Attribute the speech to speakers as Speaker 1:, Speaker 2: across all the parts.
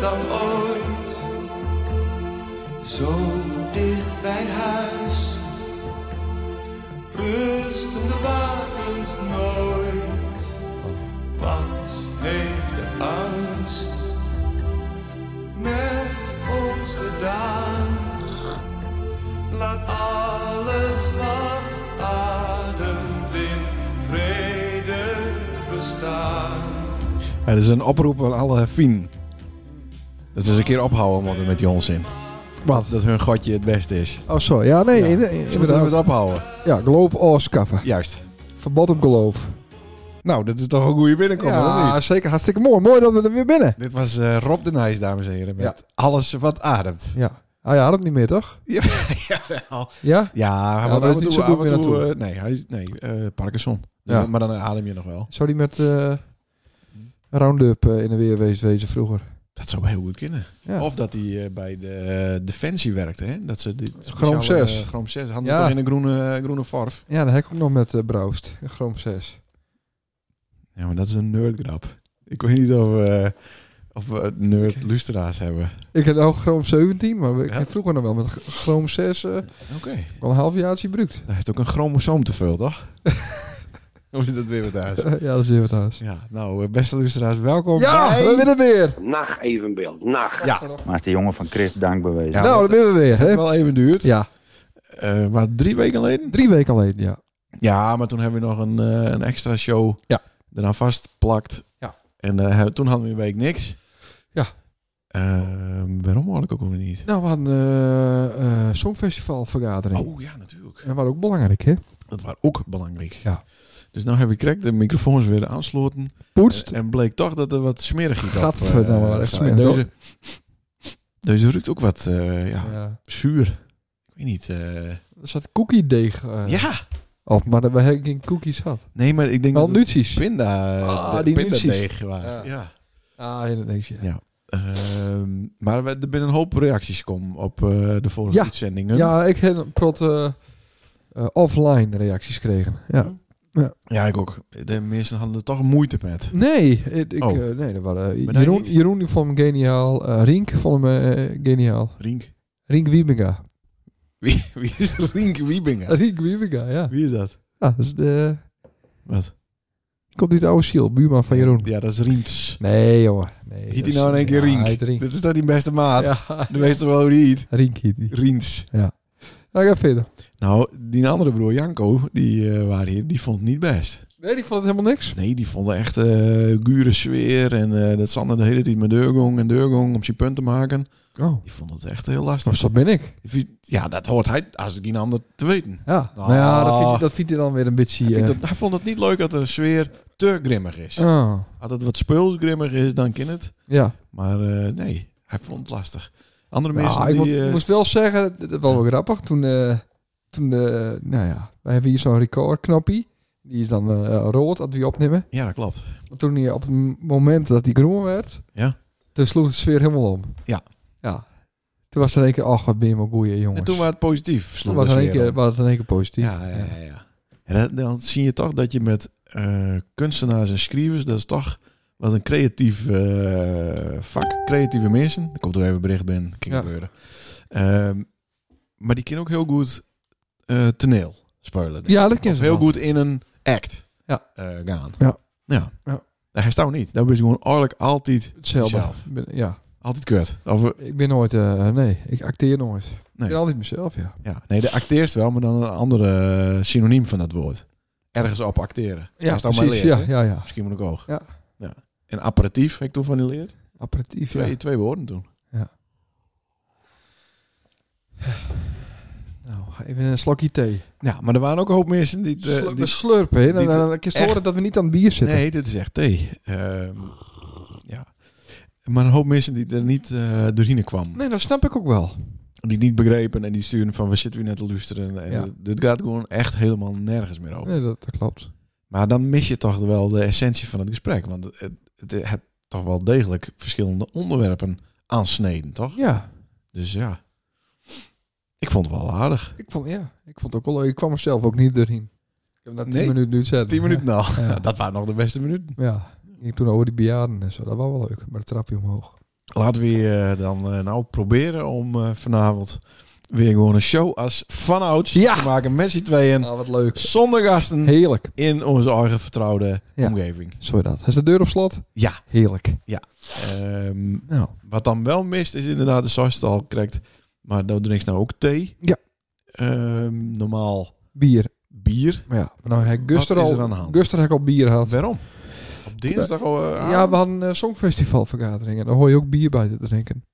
Speaker 1: dan ooit. Zo dicht bij huis, rusten de wapens nooit. Wat heeft de angst met ons gedaan? Laat alles wat ademt in vrede bestaan.
Speaker 2: Het is een oproep aan alle Fien. Dat ze eens een keer ophouden met, met die onzin.
Speaker 3: Wat?
Speaker 2: Dat hun godje het beste is.
Speaker 3: Oh, zo. Ja, nee.
Speaker 2: Ja.
Speaker 3: in- in-
Speaker 2: Ze moeten
Speaker 3: inderdaad.
Speaker 2: het ophouden.
Speaker 3: Ja, geloof oorskaffen.
Speaker 2: Juist.
Speaker 3: Verbod op geloof.
Speaker 2: Nou, dat is toch een goede binnenkomen, of
Speaker 3: Ja,
Speaker 2: niet?
Speaker 3: zeker. Hartstikke mooi. Mooi dat we er weer binnen.
Speaker 2: Dit was eh, Rob de Nijs, dames en heren, met alles wat ademt.
Speaker 3: Ja. Ah, ja, had het niet meer, toch?
Speaker 2: Ja, jawel.
Speaker 3: Ja?
Speaker 2: Ja,
Speaker 3: Ja,
Speaker 2: maar af
Speaker 3: daar is
Speaker 2: en
Speaker 3: niet
Speaker 2: toe,
Speaker 3: zo goed
Speaker 2: af en
Speaker 3: meer
Speaker 2: toe,
Speaker 3: naartoe.
Speaker 2: eh, nee, hij, is- nee eh, Parkinson. Dus
Speaker 3: Ja.
Speaker 2: dan- maar dan adem je nog wel.
Speaker 3: Zou die met eh Roundup eh, in de weerwees wezen vroeger?
Speaker 2: Dat zou heel goed kunnen.
Speaker 3: Ja.
Speaker 2: Of dat hij eh, bij de eh, Defensie werkte. Hè? Dat ze dit
Speaker 3: Groom
Speaker 2: speciale,
Speaker 3: zes.
Speaker 2: eh, Groom 6. Hadden
Speaker 3: Ja.
Speaker 2: toch in een groene, groene vorf.
Speaker 3: Ja, dan heb ik ook nog met eh Brouwst. Groom 6.
Speaker 2: Ja, maar dat is een nerdgrap. Ik weet niet of, eh, of we nerd luisteraars hebben.
Speaker 3: Ik heb ook Groom 17, maar ik
Speaker 2: Ja.
Speaker 3: heb vroeger nog wel met Groom 6 eh
Speaker 2: Oké.
Speaker 3: al een halfjaartje gebruikt.
Speaker 2: Daar heeft ook een chromosoom te veel, toch? of is dat weer wat uit?
Speaker 3: ja, dat is weer wat haast.
Speaker 2: Ja, nou, eh, beste luisteraars, welkom
Speaker 3: Ja,
Speaker 2: bij...
Speaker 3: we winnen weer.
Speaker 4: Nacht evenbeeld, nacht.
Speaker 5: Maar is de jongen van Chris dankbewezen.
Speaker 2: Ja,
Speaker 3: nou,
Speaker 2: wat-
Speaker 3: dan winnen we weer. Hè?
Speaker 2: wel even duurt.
Speaker 3: Ja,
Speaker 2: Eh, maar drie weken geleden?
Speaker 3: drie weken alleen, ja.
Speaker 2: Ja, maar toen hebben we nog een, eh, een extra show
Speaker 3: Ja.
Speaker 2: eraan vastplakt.
Speaker 3: Ja.
Speaker 2: En eh, he- toen hadden we een week niks.
Speaker 3: Ja.
Speaker 2: Eh, waarom hoor ik ook weer niet?
Speaker 3: Nou, we hadden eh, eh, Songfestivalvergadering.
Speaker 2: Oh ja, natuurlijk.
Speaker 3: En wat ook belangrijk, hè?
Speaker 2: Dat was ook belangrijk.
Speaker 3: Ja.
Speaker 2: Dus nou heb ik correct de microfoons weer aansloten.
Speaker 3: Poetst.
Speaker 2: En bleek toch dat er wat smerigheid op. eh,
Speaker 3: Gadverdamme, echt
Speaker 2: zat.
Speaker 3: smerig.
Speaker 2: Deze, deze ruikt ook wat eh, ja,
Speaker 3: ja.
Speaker 2: zuur. Ik weet niet. eh,
Speaker 3: Er zat koekiedeeg eh,
Speaker 2: ja.
Speaker 3: op, maar we hebben geen koekjes gehad.
Speaker 2: Nee, maar ik denk
Speaker 3: Wel
Speaker 2: dat het
Speaker 3: nuties.
Speaker 2: pinda,
Speaker 3: Ah,
Speaker 2: de
Speaker 3: die
Speaker 2: pindadeeg waren.
Speaker 3: Ja.
Speaker 2: ja.
Speaker 3: Ah, in het niksje.
Speaker 2: Ja. Ehm, maar we, er binnen een hoop reacties kom op eh, de vorige
Speaker 3: Ja.
Speaker 2: uitzendingen.
Speaker 3: Ja, ik heb een prot eh, eh, offline reacties gekregen. Ja.
Speaker 2: Ja, ik ook. De mensen hadden er toch moeite met.
Speaker 3: Nee, ik, ik,
Speaker 2: Oh.
Speaker 3: eh, nee, dat waren, eh,
Speaker 2: Maar nee,
Speaker 3: Jeroen,
Speaker 2: niet-
Speaker 3: Jeroen die vond hem geniaal. eh, Rink vond hem eh, geniaal.
Speaker 2: Rink.
Speaker 3: Rink Wiebinga.
Speaker 2: Wie, wie is Rink Wiebinga?
Speaker 3: Rink Wiebinga, ja.
Speaker 2: Wie is dat?
Speaker 3: ja dat is de, eh,
Speaker 2: Wat?
Speaker 3: komt uit de oude ziel, buurman van Jeroen.
Speaker 2: Ja, dat is Rinks.
Speaker 3: Nee, jongen. Nee,
Speaker 2: Hiet
Speaker 3: dat
Speaker 2: hij
Speaker 3: is-
Speaker 2: nou in één keer
Speaker 3: ja,
Speaker 2: Rink?
Speaker 3: hij heet Rink.
Speaker 2: Dit is toch die beste maat?
Speaker 3: Ja,
Speaker 2: De meeste wel wie hiet.
Speaker 3: Rink heet die.
Speaker 2: Riens.
Speaker 3: Nou, ga verder.
Speaker 2: Nou, die andere broer Janko, die eh, waren hier, die vond het niet best.
Speaker 3: Nee, die vond het helemaal niks.
Speaker 2: Nee, die vonden echt eh gure sfeer en eh, dat Sander de hele tijd met deurgong en deurgong om zijn punt te maken.
Speaker 3: Oh.
Speaker 2: Die vonden het echt heel
Speaker 3: Of
Speaker 2: lastig.
Speaker 3: zo ben ik.
Speaker 2: Ja, dat hoort hij als ik een ander te weten.
Speaker 3: Ja.
Speaker 2: Ah.
Speaker 3: Nou ja, dat vindt, dat vindt hij dan weer een beetje...
Speaker 2: Hij, vindt
Speaker 3: eh,
Speaker 2: het- hij vond het niet leuk dat de sfeer te grimmig is.
Speaker 3: oh.
Speaker 2: Als het wat speulsgrimmig is, dan kan het.
Speaker 3: Ja.
Speaker 2: Maar eh, nee, hij vond het lastig. Andere mensen
Speaker 3: Nou, ik
Speaker 2: die...
Speaker 3: mo-
Speaker 2: eh,
Speaker 3: moest wel zeggen, dat dat was wel grappig. Toen, eh, toen eh, nou ja, wij hebben hier zo'n recordknopje. Die is dan eh, rood, dat we die opnemen.
Speaker 2: Ja, dat klopt.
Speaker 3: Maar toen hij op het m- moment dat die groen werd,
Speaker 2: Ja.
Speaker 3: toen sloeg de sfeer helemaal om.
Speaker 2: Ja.
Speaker 3: Ja. Toen was er in één keer, ach, wat ben je maar goeie jongens.
Speaker 2: En toen was het positief.
Speaker 3: Toen
Speaker 2: sloeg
Speaker 3: was
Speaker 2: de
Speaker 3: het in één
Speaker 2: sfeer
Speaker 3: keer,
Speaker 2: om.
Speaker 3: was het in één keer positief.
Speaker 2: Ja, ja, ja. ja. En dat- dan zie je toch dat je met eh, kunstenaars en schrijvers, dat is toch wat een creatief eh, vak. Creatieve mensen. Ik komt er even bericht ben, kan
Speaker 3: Ja.
Speaker 2: gebeuren. Ehm, maar die kunnen ook heel goed eh toneel spelen.
Speaker 3: Ja, dat ken
Speaker 2: Of
Speaker 3: ze
Speaker 2: heel
Speaker 3: wel.
Speaker 2: goed in een act
Speaker 3: Ja.
Speaker 2: eh, gaan.
Speaker 3: Ja.
Speaker 2: ja.
Speaker 3: Ja.
Speaker 2: Hij staat niet. Daar ben je gewoon eigenlijk altijd,
Speaker 3: Hetzelfde.
Speaker 2: zelf.
Speaker 3: Ik ben- ja.
Speaker 2: altijd kut. Of, eh,
Speaker 3: Ik ben nooit, eh, nee, ik acteer nooit. Ik ben altijd mezelf, ja.
Speaker 2: ja. Nee, de acteerst wel, maar dan een andere eh, synoniem van dat woord. Ergens op acteren. Als het allemaal leert,
Speaker 3: ja,
Speaker 2: hè?
Speaker 3: ja, ja.
Speaker 2: Misschien moet ik ook.
Speaker 3: Ja.
Speaker 2: ja. En apparatief heb ik toen van die leerd.
Speaker 3: Apparatief,
Speaker 2: Twee,
Speaker 3: ja.
Speaker 2: twee woorden toen.
Speaker 3: Nou, even een slokje thee.
Speaker 2: Ja, maar er waren ook een hoop mensen die... het, eh,
Speaker 3: Slu-
Speaker 2: die-
Speaker 3: we slurpen, hè. Dan,
Speaker 2: die-
Speaker 3: dan, dan kun je
Speaker 2: echt-
Speaker 3: horen dat we niet aan het bier zitten.
Speaker 2: nee, dit is echt thee. Ehm, ja. Maar een hoop mensen die er niet eh doorheen kwamen.
Speaker 3: Nee, dat snap ik ook wel.
Speaker 2: die het niet begrepen en die sturen van we zitten weer net te luisteren. En
Speaker 3: Ja.
Speaker 2: dit- dit gaat gewoon echt helemaal nergens meer over.
Speaker 3: Nee, dat, dat klopt.
Speaker 2: Maar dan mis je toch wel de essentie van het gesprek. Want het, het, het, toch wel degelijk verschillende onderwerpen aansneden, toch?
Speaker 3: Ja,
Speaker 2: Dus ja, ik vond het wel aardig.
Speaker 3: ik vond, ja, ik vond het ook wel leuk. Ik kwam er zelf ook niet doorheen. Ik heb na tien
Speaker 2: Nee.
Speaker 3: minuten nu zetten.
Speaker 2: Tien minuten nou,
Speaker 3: Ja.
Speaker 2: dat waren nog de beste minuten.
Speaker 3: Ja. Ik ging toen over die bejaarden en zo. Dat was wel leuk. Maar de trapje omhoog.
Speaker 2: Laten we eh, dan eh, nou proberen om eh, vanavond weer gewoon een show als vanouds
Speaker 3: Ja.
Speaker 2: te maken met z'n tweeën.
Speaker 3: Ah, wat leuk.
Speaker 2: Zonder gasten
Speaker 3: Heerlijk.
Speaker 2: in onze eigen vertrouwde
Speaker 3: Ja.
Speaker 2: omgeving.
Speaker 3: Zo dat. Is de deur op slot?
Speaker 2: Ja.
Speaker 3: Heerlijk.
Speaker 2: Ehm,
Speaker 3: Nou,
Speaker 2: wat dan wel mist is inderdaad de saustal krijgt. Maar nou drinkt nou ook thee.
Speaker 3: Ja.
Speaker 2: Ehm, normaal
Speaker 3: bier.
Speaker 2: bier.
Speaker 3: Maar ja, maar nou, heb ik Guster
Speaker 2: Wat is er aan de
Speaker 3: al,
Speaker 2: hand?
Speaker 3: Guster heb ik al bier gehad.
Speaker 2: Waarom? Op dinsdag al. eh,
Speaker 3: Ja, we hadden een songfestivalvergaderingen. Daar hoor je ook bier bij te drinken.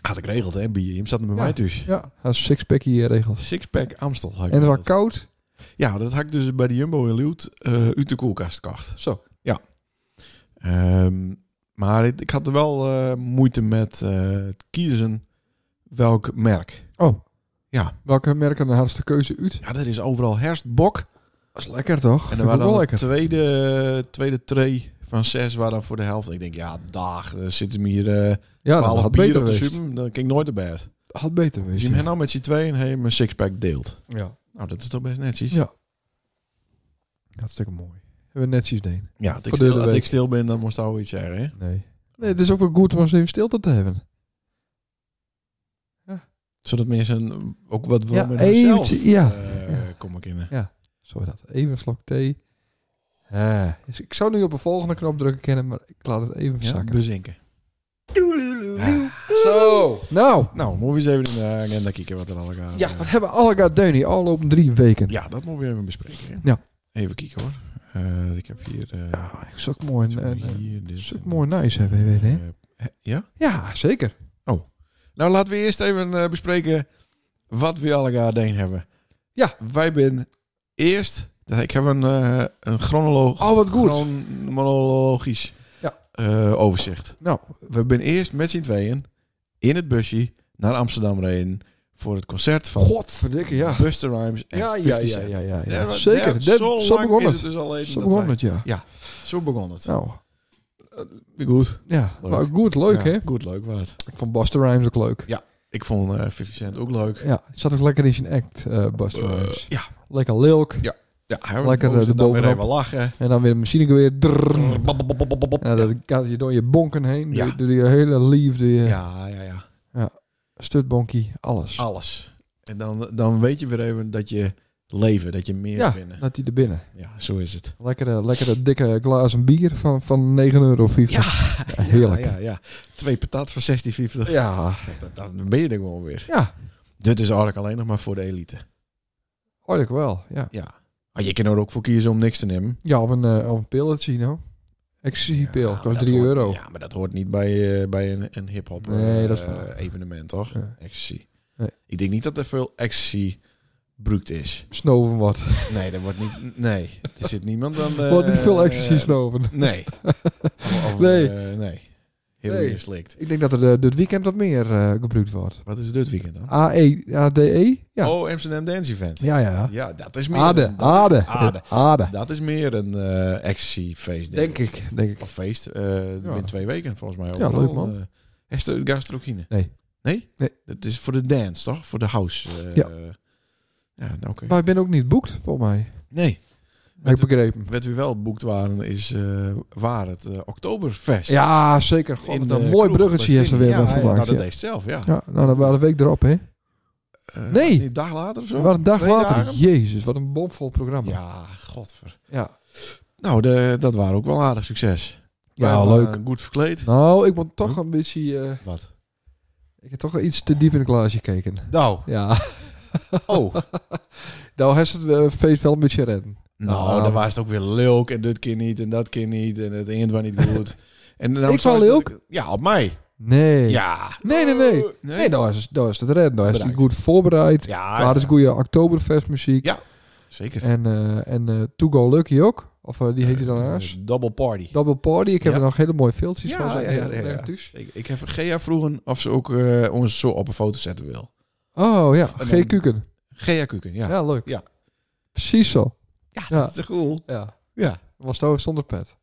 Speaker 2: Had ik regeld, hè? Bier. Je zat er bij
Speaker 3: Ja.
Speaker 2: mij thuis.
Speaker 3: Ja, dat is sixpack hier regelt.
Speaker 2: Sixpack Amstel. had ik
Speaker 3: En het was
Speaker 2: regeld.
Speaker 3: koud.
Speaker 2: Ja, dat had ik dus bij de Jumbo in Leeuwarden eh, uit de koelkast gekocht.
Speaker 3: Zo.
Speaker 2: Ehm, maar ik, ik had er wel eh, moeite met eh, het kiezen welk merk.
Speaker 3: Oh.
Speaker 2: Ja.
Speaker 3: Welke merken de hardste keuze uit?
Speaker 2: Ja, er is overal herfstbok.
Speaker 3: Dat is lekker toch?
Speaker 2: En dan
Speaker 3: Vind ik ook
Speaker 2: waren dan
Speaker 3: wel
Speaker 2: de
Speaker 3: lekker.
Speaker 2: tweede, tweede tray van zes waren dan voor de helft. Ik denk, ja, dag, er zitten hier eh
Speaker 3: Ja, dat
Speaker 2: 12
Speaker 3: had
Speaker 2: bier
Speaker 3: beter
Speaker 2: op de
Speaker 3: geweest.
Speaker 2: super. Dan ging ik nooit erbij. uit.
Speaker 3: Had beter
Speaker 2: Dus
Speaker 3: geweest.
Speaker 2: je hem
Speaker 3: Ja.
Speaker 2: nou met z'n tweeën heen een sixpack deelt.
Speaker 3: ja.
Speaker 2: Nou, dat is toch best netjes.
Speaker 3: Ja. Hartstikke mooi. Hebben we netjes deen.
Speaker 2: Ja, als ik,
Speaker 3: Voor de
Speaker 2: stil, als
Speaker 3: week.
Speaker 2: ik stil ben, dan moest al iets zeggen. Hè?
Speaker 3: Nee. Nee, het is ook wel goed om eens even stilte te hebben.
Speaker 2: Zodat mensen ook wat wel
Speaker 3: Ja,
Speaker 2: met hunzelf
Speaker 3: eventje, ja.
Speaker 2: eh,
Speaker 3: Ja.
Speaker 2: komen kunnen.
Speaker 3: Zo dat. Even een slok thee. Eh, dus ik zou nu op een volgende knop drukken kennen, maar ik laat het even
Speaker 2: Ja, dus-
Speaker 3: zakken.
Speaker 2: bezinken.
Speaker 3: Zo! Nou!
Speaker 2: Nou, moeten we eens even in de agenda kijken wat er allemaal gaat. eh,
Speaker 3: Ja, wat hebben alle Deuni al op drie weken?
Speaker 2: Ja, dat moeten we even bespreken. hè.
Speaker 3: Ja.
Speaker 2: Even kijken hoor. Eh, ik heb hier... eh,
Speaker 3: Ja, is ook mooi.
Speaker 2: iets
Speaker 3: En,
Speaker 2: van
Speaker 3: en, eh,
Speaker 2: hier, dit
Speaker 3: is ook
Speaker 2: en
Speaker 3: mooi
Speaker 2: dat.
Speaker 3: nice hebben we weer, hè?
Speaker 2: Eh, hè, ja?
Speaker 3: Ja, zeker.
Speaker 2: Nou, laten we eerst even eh, bespreken wat we allemaal deen hebben.
Speaker 3: Ja.
Speaker 2: Wij ben eerst... Ik heb een, eh een chronoloog,
Speaker 3: Oh, wat goed.
Speaker 2: chronologisch
Speaker 3: Ja.
Speaker 2: eh, overzicht.
Speaker 3: Nou,
Speaker 2: We ben eerst met z'n tweeën in het busje naar Amsterdam reden voor het concert van
Speaker 3: godverdikke, ja.
Speaker 2: Buster Rhymes en
Speaker 3: Ja,
Speaker 2: 50
Speaker 3: ja, ja,
Speaker 2: Cent.
Speaker 3: ja, ja,
Speaker 2: Ja,
Speaker 3: ja.
Speaker 2: maar-
Speaker 3: Zeker.
Speaker 2: ja,
Speaker 3: Dat-
Speaker 2: zo
Speaker 3: zo
Speaker 2: lang
Speaker 3: begon
Speaker 2: is
Speaker 3: het.
Speaker 2: het dus al even
Speaker 3: Zo
Speaker 2: dat
Speaker 3: begon
Speaker 2: wij-
Speaker 3: het, ja.
Speaker 2: Zo begon het.
Speaker 3: Nou,
Speaker 2: Goed.
Speaker 3: ja.
Speaker 2: Leuk.
Speaker 3: Maar goed, leuk,
Speaker 2: Ja,
Speaker 3: hè?
Speaker 2: Goed, leuk wat.
Speaker 3: Ik vond Buster Rhymes ook leuk.
Speaker 2: Ik vond eh 50 Cent ook leuk.
Speaker 3: Ja, het zat ook lekker in zijn act, eh Buster Rhymes.
Speaker 2: ja.
Speaker 3: Lekker lilk.
Speaker 2: Ja, hij
Speaker 3: Lekker,
Speaker 2: moest
Speaker 3: eh,
Speaker 2: er dan weer
Speaker 3: erbovenop.
Speaker 2: even lachen.
Speaker 3: En dan weer de machine weer. Drrrr.
Speaker 2: Bop, bop, bop, bop, bop, bop.
Speaker 3: En dan gaat je door je bonken heen.
Speaker 2: Ja.
Speaker 3: Door, door je hele lief, door je
Speaker 2: Ja, ja, ja.
Speaker 3: stutbonkie, alles.
Speaker 2: Alles. En dan, dan weet je weer even dat je leven, dat je meer
Speaker 3: Ja.
Speaker 2: binnen.
Speaker 3: Laat die er binnen.
Speaker 2: Ja, zo is het.
Speaker 3: Lekkere, lekkere dikke glazen bier van, van 9,50 euro. heerlijk.
Speaker 2: Ja, ja, ja. Twee patat voor 16,50.
Speaker 3: Ja.
Speaker 2: Dat, dat- dan ben je er gewoon weer.
Speaker 3: Ja,
Speaker 2: Dit is eigenlijk alleen nog maar voor de elite.
Speaker 3: hoor ik wel. Ja,
Speaker 2: Ja. Maar je kan er ook voor kiezen om niks te nemen.
Speaker 3: ja of, een, eh, of een pilletje, nou. Ecstasy-pil,
Speaker 2: Ja, maar
Speaker 3: kost
Speaker 2: dat
Speaker 3: 3
Speaker 2: hoort-
Speaker 3: euro.
Speaker 2: Ja, maar dat hoort niet bij, eh bij een, een hip-hop
Speaker 3: Nee,
Speaker 2: eh,
Speaker 3: dat is waar.
Speaker 2: evenement, toch?
Speaker 3: Nee.
Speaker 2: Ecstasy.
Speaker 3: Nee.
Speaker 2: Ik denk niet dat er veel ecstasy gebruikt is.
Speaker 3: Snoven wat.
Speaker 2: Nee, er wordt niet. Nee, er zit niemand dan. eh,
Speaker 3: Er wordt niet veel ecstasy
Speaker 2: eh,
Speaker 3: snoven.
Speaker 2: Nee. Of- of,
Speaker 3: Nee.
Speaker 2: eh, nee. Heroïne
Speaker 3: Nee.
Speaker 2: slikt.
Speaker 3: Ik denk dat er de, dit weekend wat meer eh, gebruikt wordt.
Speaker 2: Wat is dit weekend dan?
Speaker 3: AE, ADE? Ah, E? Ja.
Speaker 2: Oh, Amsterdam Dance Event.
Speaker 3: Ja, ja.
Speaker 2: Ja, dat is meer.
Speaker 3: Ade,
Speaker 2: een- dat,
Speaker 3: ade,
Speaker 2: Ade.
Speaker 3: ade.
Speaker 2: dat is meer een eh ecstasy feest.
Speaker 3: Denk ik, denk ik.
Speaker 2: Of feest. eh
Speaker 3: Ja.
Speaker 2: In twee weken volgens mij.
Speaker 3: Ja,
Speaker 2: overal.
Speaker 3: leuk, man.
Speaker 2: Eh, is er gastrokine?
Speaker 3: Nee.
Speaker 2: Nee?
Speaker 3: Nee.
Speaker 2: Dat is voor de dance, toch? Voor de house. eh,
Speaker 3: Ja.
Speaker 2: Ja, nou, oké.
Speaker 3: Maar ik ben ook niet boekt, volgens mij.
Speaker 2: Nee.
Speaker 3: Heb
Speaker 2: Met
Speaker 3: ik begrepen.
Speaker 2: Wat we wel boekt waren, is eh, waar het eh, Oktoberfest.
Speaker 3: Ja, zeker. God,
Speaker 2: In
Speaker 3: wat
Speaker 2: de
Speaker 3: een mooi
Speaker 2: kroeg
Speaker 3: bruggetje
Speaker 2: bij
Speaker 3: heeft er weer
Speaker 2: Vinnie.
Speaker 3: van
Speaker 2: ja, hij-
Speaker 3: gemaakt.
Speaker 2: Nou, dat
Speaker 3: Ja,
Speaker 2: deed ze zelf, ja.
Speaker 3: Ja, nou, dan waren de week erop, hè.
Speaker 2: Eh,
Speaker 3: Nee.
Speaker 2: Een dag later of zo?
Speaker 3: Wat een dag
Speaker 2: Twee
Speaker 3: later.
Speaker 2: dagen?
Speaker 3: Jezus, wat een bomvol programma.
Speaker 2: Ja, godver.
Speaker 3: ja.
Speaker 2: Nou, de, dat waren ook wel aardig succes.
Speaker 3: Ja, eh,
Speaker 2: Wij
Speaker 3: leuk.
Speaker 2: waren Goed verkleed.
Speaker 3: Nou, ik ben toch een beetje... eh,
Speaker 2: Wat?
Speaker 3: ik heb toch wel iets te diep in het glaasje gekeken.
Speaker 2: Nou.
Speaker 3: Ja,
Speaker 2: Oh.
Speaker 3: nou heeft het eh, feest wel een beetje redden.
Speaker 2: nou, dan was het ook weer leuk. En dit keer niet en dat keer niet. En het eind was niet goed. En dan
Speaker 3: Ik van
Speaker 2: was het-
Speaker 3: leuk?
Speaker 2: Ja, op mij.
Speaker 3: Nee.
Speaker 2: Ja.
Speaker 3: Nee, nee, nee.
Speaker 2: Eh,
Speaker 3: Nee, daar is, daar is het redden. Daar is hij
Speaker 2: Bedankt. Ah,
Speaker 3: goed voorbereid.
Speaker 2: Ja,
Speaker 3: Daar is
Speaker 2: ja,
Speaker 3: goede Oktoberfestmuziek.
Speaker 2: Ja. zeker.
Speaker 3: En, eh en eh, To Go Lucky ook. Of eh, die heet hij dan haast.
Speaker 2: Eh, Double party.
Speaker 3: Double Party. Ik heb
Speaker 2: Ja.
Speaker 3: er nog hele mooie filmpjes
Speaker 2: Ja,
Speaker 3: van. zijn.
Speaker 2: ja, ja, ja, ja.
Speaker 3: thuis.
Speaker 2: Ik, ik heb Gea vroegen of ze ook eh, ons zo op een foto zetten wil.
Speaker 3: Oh ja,
Speaker 2: En
Speaker 3: G.
Speaker 2: dan-
Speaker 3: Kuken.
Speaker 2: Gea Kuken, ja.
Speaker 3: Ja.
Speaker 2: Ja,
Speaker 3: leuk. Precies zo. Ja.
Speaker 2: dat is toch cool?
Speaker 3: Ja.
Speaker 2: Ja.
Speaker 3: Was het ook zonder pet.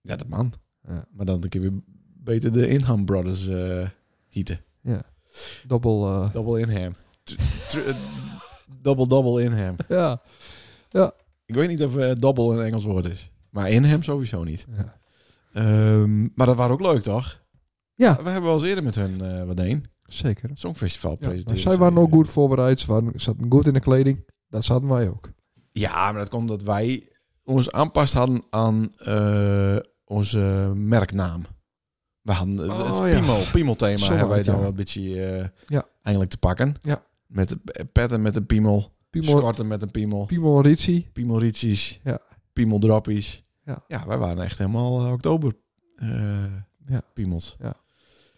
Speaker 2: Ja, dat man.
Speaker 3: Ja.
Speaker 2: Maar dan een keer weer beter de Inham Brothers eh hieten.
Speaker 3: Double... eh,
Speaker 2: Double Inham. Tr- tr- eh, double Double Inham.
Speaker 3: ja.
Speaker 2: Ik weet niet of eh, double een Engels woord is. Maar Inham sowieso niet.
Speaker 3: ja.
Speaker 2: Ehm, maar dat waren ook leuk, toch?
Speaker 3: Ja.
Speaker 2: We hebben wel eens eerder met hun eh, wat een
Speaker 3: Zeker.
Speaker 2: Songfestival
Speaker 3: Ja, maar
Speaker 2: presenteren.
Speaker 3: zij waren ook goed voorbereid. Ze waren, zaten goed in de kleding. Dat zaten wij ook.
Speaker 2: Ja, maar dat komt omdat wij ons aanpast hadden aan eh, onze merknaam. We hadden het-
Speaker 3: Oh,
Speaker 2: het
Speaker 3: ja.
Speaker 2: Pimo, Pimo-thema
Speaker 3: Zo
Speaker 2: hebben wij
Speaker 3: had het,
Speaker 2: dan
Speaker 3: ja.
Speaker 2: wel een beetje eh,
Speaker 3: Ja.
Speaker 2: eindelijk te pakken.
Speaker 3: Ja.
Speaker 2: Met de petten met een piemel,
Speaker 3: Pimo,
Speaker 2: schorten met een piemel,
Speaker 3: Pimo Ritsi.
Speaker 2: piemelrietjes,
Speaker 3: Ja.
Speaker 2: piemeldroppies.
Speaker 3: Ja.
Speaker 2: wij waren echt helemaal eh, oktober eh
Speaker 3: Ja.
Speaker 2: piemels.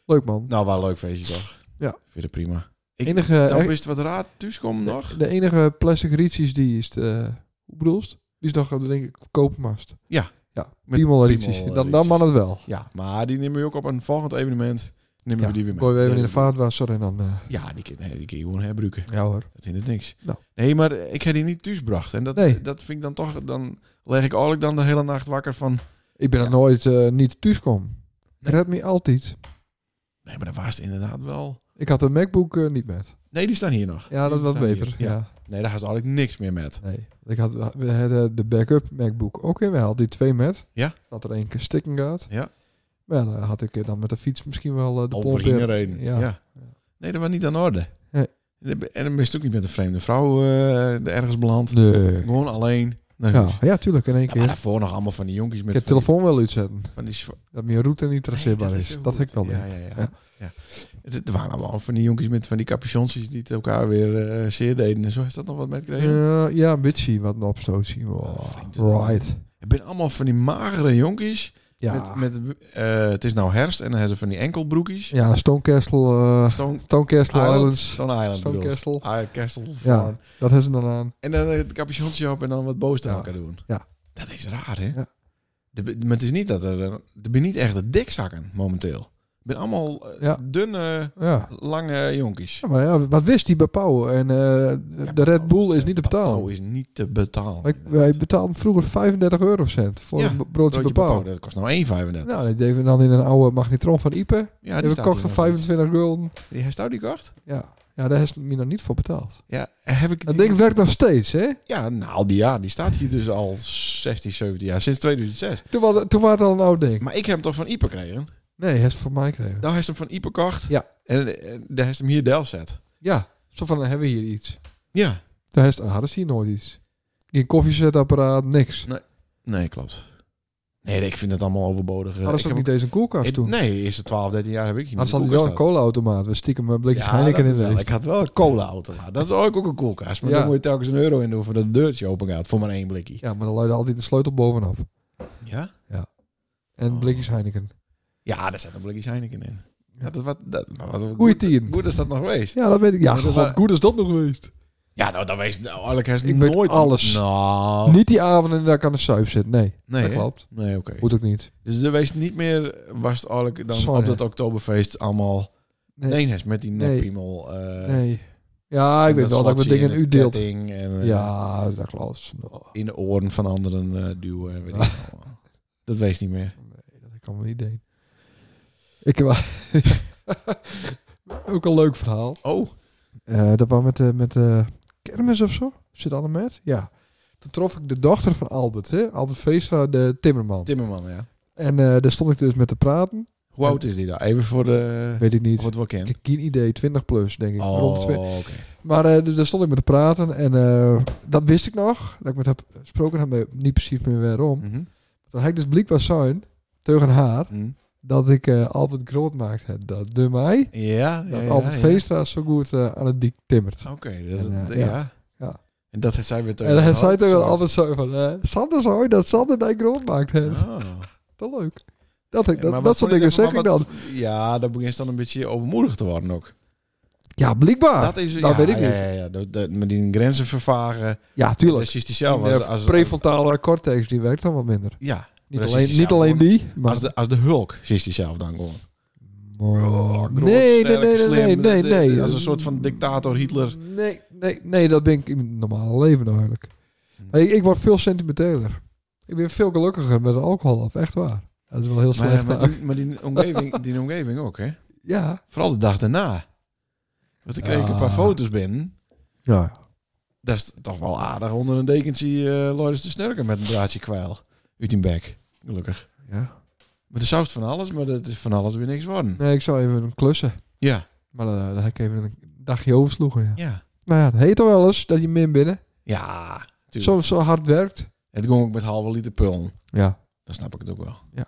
Speaker 3: Leuk man.
Speaker 2: Nou, wel een leuk feestje toch?
Speaker 3: Ja.
Speaker 2: Vind je het prima. Ik- nou,
Speaker 3: enige,
Speaker 2: Dan
Speaker 3: eh,
Speaker 2: is het wat raar thuiskomen
Speaker 3: de-
Speaker 2: nog.
Speaker 3: De, enige plastic Ritsi's die is... De, hoe bedoelst? Die is nog, eh, denk ik, koopmast.
Speaker 2: Ja.
Speaker 3: Ja,
Speaker 2: Met
Speaker 3: Pimo
Speaker 2: Pimo,
Speaker 3: Ritsi's.
Speaker 2: eh,
Speaker 3: Dan, dan
Speaker 2: Ritsi's.
Speaker 3: mag het wel.
Speaker 2: Ja, maar die nemen we ook op een volgend evenement. Nemen
Speaker 3: Ja,
Speaker 2: we die weer mee.
Speaker 3: Gooi we even in de
Speaker 2: vaart.
Speaker 3: vaatwasser en dan... eh,
Speaker 2: Ja, die kun, nee, die kun je gewoon herbruiken.
Speaker 3: ja hoor.
Speaker 2: Dat hindert niks.
Speaker 3: Nou.
Speaker 2: Nee, maar ik heb die niet thuisgebracht. En dat,
Speaker 3: Nee.
Speaker 2: dat vind ik dan toch... Dan leg ik eigenlijk dan de hele nacht wakker van...
Speaker 3: Ik ben er
Speaker 2: Ja.
Speaker 3: nooit eh, niet thuis gekomen.
Speaker 2: Nee.
Speaker 3: Red me altijd.
Speaker 2: Nee, maar dat was het inderdaad wel...
Speaker 3: Ik had een MacBook eh, niet met.
Speaker 2: Nee, die staan hier nog.
Speaker 3: Ja, dat
Speaker 2: Die
Speaker 3: was
Speaker 2: staan hier.
Speaker 3: beter.
Speaker 2: Ja.
Speaker 3: ja.
Speaker 2: Nee, daar had eigenlijk niks meer met.
Speaker 3: Nee, ik had, eh, we hadden de backup MacBook ook in. We hadden die twee met.
Speaker 2: Ja.
Speaker 3: Dat er één keer stikken gaat.
Speaker 2: Ja.
Speaker 3: Maar dan had ik eh, dan met de fiets misschien wel eh, de
Speaker 2: Over
Speaker 3: pomp
Speaker 2: hier
Speaker 3: in.
Speaker 2: reden. Ja.
Speaker 3: Ja.
Speaker 2: Nee, dat was niet aan orde.
Speaker 3: Nee.
Speaker 2: En dan ben je ook niet met een vreemde vrouw eh, ergens beland.
Speaker 3: Nee.
Speaker 2: Gewoon alleen. naar
Speaker 3: Ja,
Speaker 2: huis.
Speaker 3: ja, tuurlijk. In één
Speaker 2: Ja,
Speaker 3: keer.
Speaker 2: maar daarvoor nog allemaal van die jonkies
Speaker 3: ik
Speaker 2: met
Speaker 3: heb de
Speaker 2: van die-
Speaker 3: telefoon wel uitzetten.
Speaker 2: van die zwa-
Speaker 3: Dat mijn route niet traceerbaar
Speaker 2: Nee,
Speaker 3: is.
Speaker 2: heel
Speaker 3: Dat
Speaker 2: goed.
Speaker 3: heb ik wel.
Speaker 2: Ja, ja,
Speaker 3: Ja.
Speaker 2: ja. ja.
Speaker 3: Ja.
Speaker 2: Het- Er waren allemaal van die jonkies met van die capuchonsjes die het elkaar weer eh zeer deden. En zo is dat nog wat met kregen.
Speaker 3: Ja, Eh, ja, bitchy, wat een opstoot zien.
Speaker 2: Ja,
Speaker 3: Wow.
Speaker 2: vreemd is dat.
Speaker 3: Right.
Speaker 2: Het zijn allemaal van die magere jonkies.
Speaker 3: Ja,
Speaker 2: Met, met, eh, het is nou herfst en dan hebben ze van die enkelbroekjes.
Speaker 3: ja Stonecastle, eh
Speaker 2: Stone
Speaker 3: Stonecastle
Speaker 2: Island.
Speaker 3: Islands.
Speaker 2: Stone Island
Speaker 3: Stone
Speaker 2: bedoel ik.
Speaker 3: Castle.
Speaker 2: Ah, Castle
Speaker 3: Ja.
Speaker 2: Farm.
Speaker 3: Dat hebben ze dan aan.
Speaker 2: En dan eh, het capuchonsje op en dan wat boos te
Speaker 3: Ja.
Speaker 2: elkaar doen.
Speaker 3: Ja.
Speaker 2: Dat is raar, hè?
Speaker 3: Ja.
Speaker 2: De- maar het is niet dat er... eh, Er ben niet echt de dikzakken momenteel. Het zijn allemaal eh,
Speaker 3: Ja.
Speaker 2: dunne,
Speaker 3: Ja.
Speaker 2: lange jonkies.
Speaker 3: Ja, maar ja, wat wist die bij Pauw? En eh, de Red Bull is niet te betalen.
Speaker 2: Pauw is niet te betalen.
Speaker 3: Wij,
Speaker 2: inderdaad.
Speaker 3: wij betaalden vroeger 35 eurocent voor
Speaker 2: Ja,
Speaker 3: een b- broodje
Speaker 2: Broodje
Speaker 3: bepaald.
Speaker 2: Pauw, dat kost nou 1,35.
Speaker 3: Nou, dat deden we dan in een oude magnetron van Ipe.
Speaker 2: ja,
Speaker 3: Die we
Speaker 2: staat hier
Speaker 3: kochten voor
Speaker 2: nog steeds.
Speaker 3: 25 gulden.
Speaker 2: Die heeft jou die kocht?
Speaker 3: Ja. ja, daar is me nog niet voor betaald.
Speaker 2: Ja, heb ik
Speaker 3: Dat
Speaker 2: die...
Speaker 3: ding werkt nog steeds, hè?
Speaker 2: Ja, nou, al die jaar. Die staat hier dus al 16, 17 jaar. Sinds 2006.
Speaker 3: Toen was, toen was het al een oud ding.
Speaker 2: Maar ik heb hem toch van Ipe gekregen?
Speaker 3: Nee, hij is voor mij gekregen.
Speaker 2: Nou, hij heeft hem van Ipe gekocht.
Speaker 3: Ja.
Speaker 2: En, en daar heeft hem hier Del zet.
Speaker 3: Ja, zo van, dan hebben we hier iets.
Speaker 2: Ja.
Speaker 3: Toen is ah, dat zie je nooit iets. Geen koffiezetapparaat, niks.
Speaker 2: Nee, klopt. Nee, ik vind het allemaal overbodig. Eh,
Speaker 3: Hadden
Speaker 2: ik
Speaker 3: ze ook
Speaker 2: heb
Speaker 3: niet deze koelkast
Speaker 2: ik-
Speaker 3: toen?
Speaker 2: Nee, de eerste 12, 13 jaar heb ik hier
Speaker 3: Hadden
Speaker 2: niet.
Speaker 3: ze altijd wel een kolenautomaat. We stiekem een blikjes
Speaker 2: Ja, dat
Speaker 3: Heineken in
Speaker 2: is
Speaker 3: de
Speaker 2: wel.
Speaker 3: licht.
Speaker 2: Ik had wel een cola-automaat. Dat is ook, ook een koelkast. Maar
Speaker 3: Ja.
Speaker 2: dan moet je telkens een euro in doen voordat het deurtje open gaat. Voor maar één blikje.
Speaker 3: Ja, maar dan luidde altijd de sleutel bovenop.
Speaker 2: Ja?
Speaker 3: En
Speaker 2: Oh.
Speaker 3: blikjes Heineken.
Speaker 2: Ja, daar zat een blikje Heineken in.
Speaker 3: Ja.
Speaker 2: Ja, dat, wat, dat, maar wat,
Speaker 3: Goeie
Speaker 2: goed,
Speaker 3: tien.
Speaker 2: goed is dat nog geweest?
Speaker 3: Ja, dat weet ik. Ja,
Speaker 2: Maar dat
Speaker 3: god,
Speaker 2: wa-
Speaker 3: goed is dat nog geweest.
Speaker 2: Ja, nou, dat wees nou, eigenlijk heeft
Speaker 3: Ik weet
Speaker 2: nooit...
Speaker 3: alles.
Speaker 2: Nou,
Speaker 3: Niet die avonden dat ik aan de suip zit. Nee,
Speaker 2: nee,
Speaker 3: dat
Speaker 2: hè?
Speaker 3: klopt.
Speaker 2: Nee, oké.
Speaker 3: Moet ook niet.
Speaker 2: Dus er wees niet meer, was het eigenlijk dan
Speaker 3: Sorry.
Speaker 2: op dat oktoberfeest allemaal...
Speaker 3: Nee.
Speaker 2: Nee, is met die
Speaker 3: Nee.
Speaker 2: neppiemel. eh,
Speaker 3: Nee. Ja, ik
Speaker 2: en
Speaker 3: weet
Speaker 2: dat
Speaker 3: wel dat
Speaker 2: slotje
Speaker 3: ik met dingen
Speaker 2: en
Speaker 3: in u
Speaker 2: het
Speaker 3: deelt.
Speaker 2: ketting En, eh,
Speaker 3: Ja, dat klopt. Nou,
Speaker 2: In de oren van anderen eh, duwen. en Weet ik
Speaker 3: Ah.
Speaker 2: allemaal. dat wees niet meer.
Speaker 3: nee, dat kan me niet denken. Ik heb ook een leuk verhaal.
Speaker 2: Oh,
Speaker 3: Eh, dat was met de met, de kermis of zo. Zit Anne met? Ja. Toen trof ik de dochter van Albert, hè? Albert Veestra, de timmerman.
Speaker 2: Timmerman, ja.
Speaker 3: en eh, daar stond ik dus met te praten.
Speaker 2: Hoe oud is die daar? Even voor de...
Speaker 3: Weet ik
Speaker 2: Of
Speaker 3: niet.
Speaker 2: het wel
Speaker 3: Ik
Speaker 2: kent.
Speaker 3: heb geen idee, 20 plus denk ik.
Speaker 2: Oh,
Speaker 3: Rond de twi-
Speaker 2: oké.
Speaker 3: Maar eh, dus daar stond ik met te praten en eh, dat wist ik nog. Dat ik met haar gesproken had, maar niet precies meer waarom.
Speaker 2: Mhm.
Speaker 3: Dan had ik dus blijkbaar zijn, tegen haar,
Speaker 2: Mhm.
Speaker 3: dat ik eh Albert groot maakt heb. Dat de mij,
Speaker 2: Ja,
Speaker 3: dat
Speaker 2: ja,
Speaker 3: Albert
Speaker 2: ja, ja.
Speaker 3: Veestra zo goed eh, aan het dik timmert.
Speaker 2: Oké, dat,
Speaker 3: En, eh,
Speaker 2: ja.
Speaker 3: ja. Ja.
Speaker 2: En dat zei weer tegen
Speaker 3: en hij
Speaker 2: haar,
Speaker 3: zei tegen
Speaker 2: zo.
Speaker 3: Albert zo van, eh Sander zo, dat Sander mij groot maakt heeft.
Speaker 2: Oh.
Speaker 3: Dat leuk. Dat, ik,
Speaker 2: Maar
Speaker 3: dat,
Speaker 2: wat
Speaker 3: dat soort
Speaker 2: vond je ervan?
Speaker 3: dingen zeg ik
Speaker 2: Maar
Speaker 3: dan.
Speaker 2: wat- Ja, dat begint dan een beetje overmoedig te worden ook.
Speaker 3: Ja, blijkbaar.
Speaker 2: dat is,
Speaker 3: Ah, dat
Speaker 2: ja,
Speaker 3: weet ik
Speaker 2: ja,
Speaker 3: niet.
Speaker 2: Ja, ja, dat, dat, met die grenzen vervagen.
Speaker 3: ja,
Speaker 2: Tuurlijk.
Speaker 3: tuurlijk.
Speaker 2: Dat is die
Speaker 3: Ja,
Speaker 2: zelf. Als, als, als-
Speaker 3: prefrontale cortex, die werkt dan wat minder.
Speaker 2: ja,
Speaker 3: Niet,
Speaker 2: precies
Speaker 3: alleen, niet
Speaker 2: hetzelfde.
Speaker 3: alleen die, maar...
Speaker 2: als de, als de Hulk is die zelf dan gewoon. Oh, groot,
Speaker 3: nee, nee,
Speaker 2: sterk,
Speaker 3: nee,
Speaker 2: slim,
Speaker 3: nee, nee,
Speaker 2: de- de-
Speaker 3: nee.
Speaker 2: als een soort van dictator Hitler.
Speaker 3: Nee, nee, nee, dat ben ik in mijn normale leven eigenlijk.
Speaker 2: Hm.
Speaker 3: Maar Ik, ik word veel sentimenteler. Ik ben veel gelukkiger met alcohol af, echt waar. Dat is wel heel
Speaker 2: Maar,
Speaker 3: slecht.
Speaker 2: maar,
Speaker 3: vaak.
Speaker 2: die, maar die, omgeving, die omgeving ook, hè?
Speaker 3: Ja.
Speaker 2: Vooral de dag daarna. Want ik kreeg een paar
Speaker 3: Ah.
Speaker 2: foto's binnen.
Speaker 3: Ja.
Speaker 2: Dat is toch wel aardig onder een dekentje eh Loris te snurken met een draadje kwijl. Uit die bek. Gelukkig.
Speaker 3: ja.
Speaker 2: Maar de saus van alles, maar dat is van alles weer niks worden.
Speaker 3: Nee, ik zou even klussen.
Speaker 2: Ja,
Speaker 3: Maar dan, eh, dan heb ik even een dagje oversloegen. Ja.
Speaker 2: ja.
Speaker 3: Maar ja, het heet toch wel eens dat je min binnen.
Speaker 2: Ja, tuurlijk.
Speaker 3: Soms zo hard werkt.
Speaker 2: Het ging ook met halve liter pul.
Speaker 3: Ja.
Speaker 2: Dan snap ik het ook wel.
Speaker 3: Ja.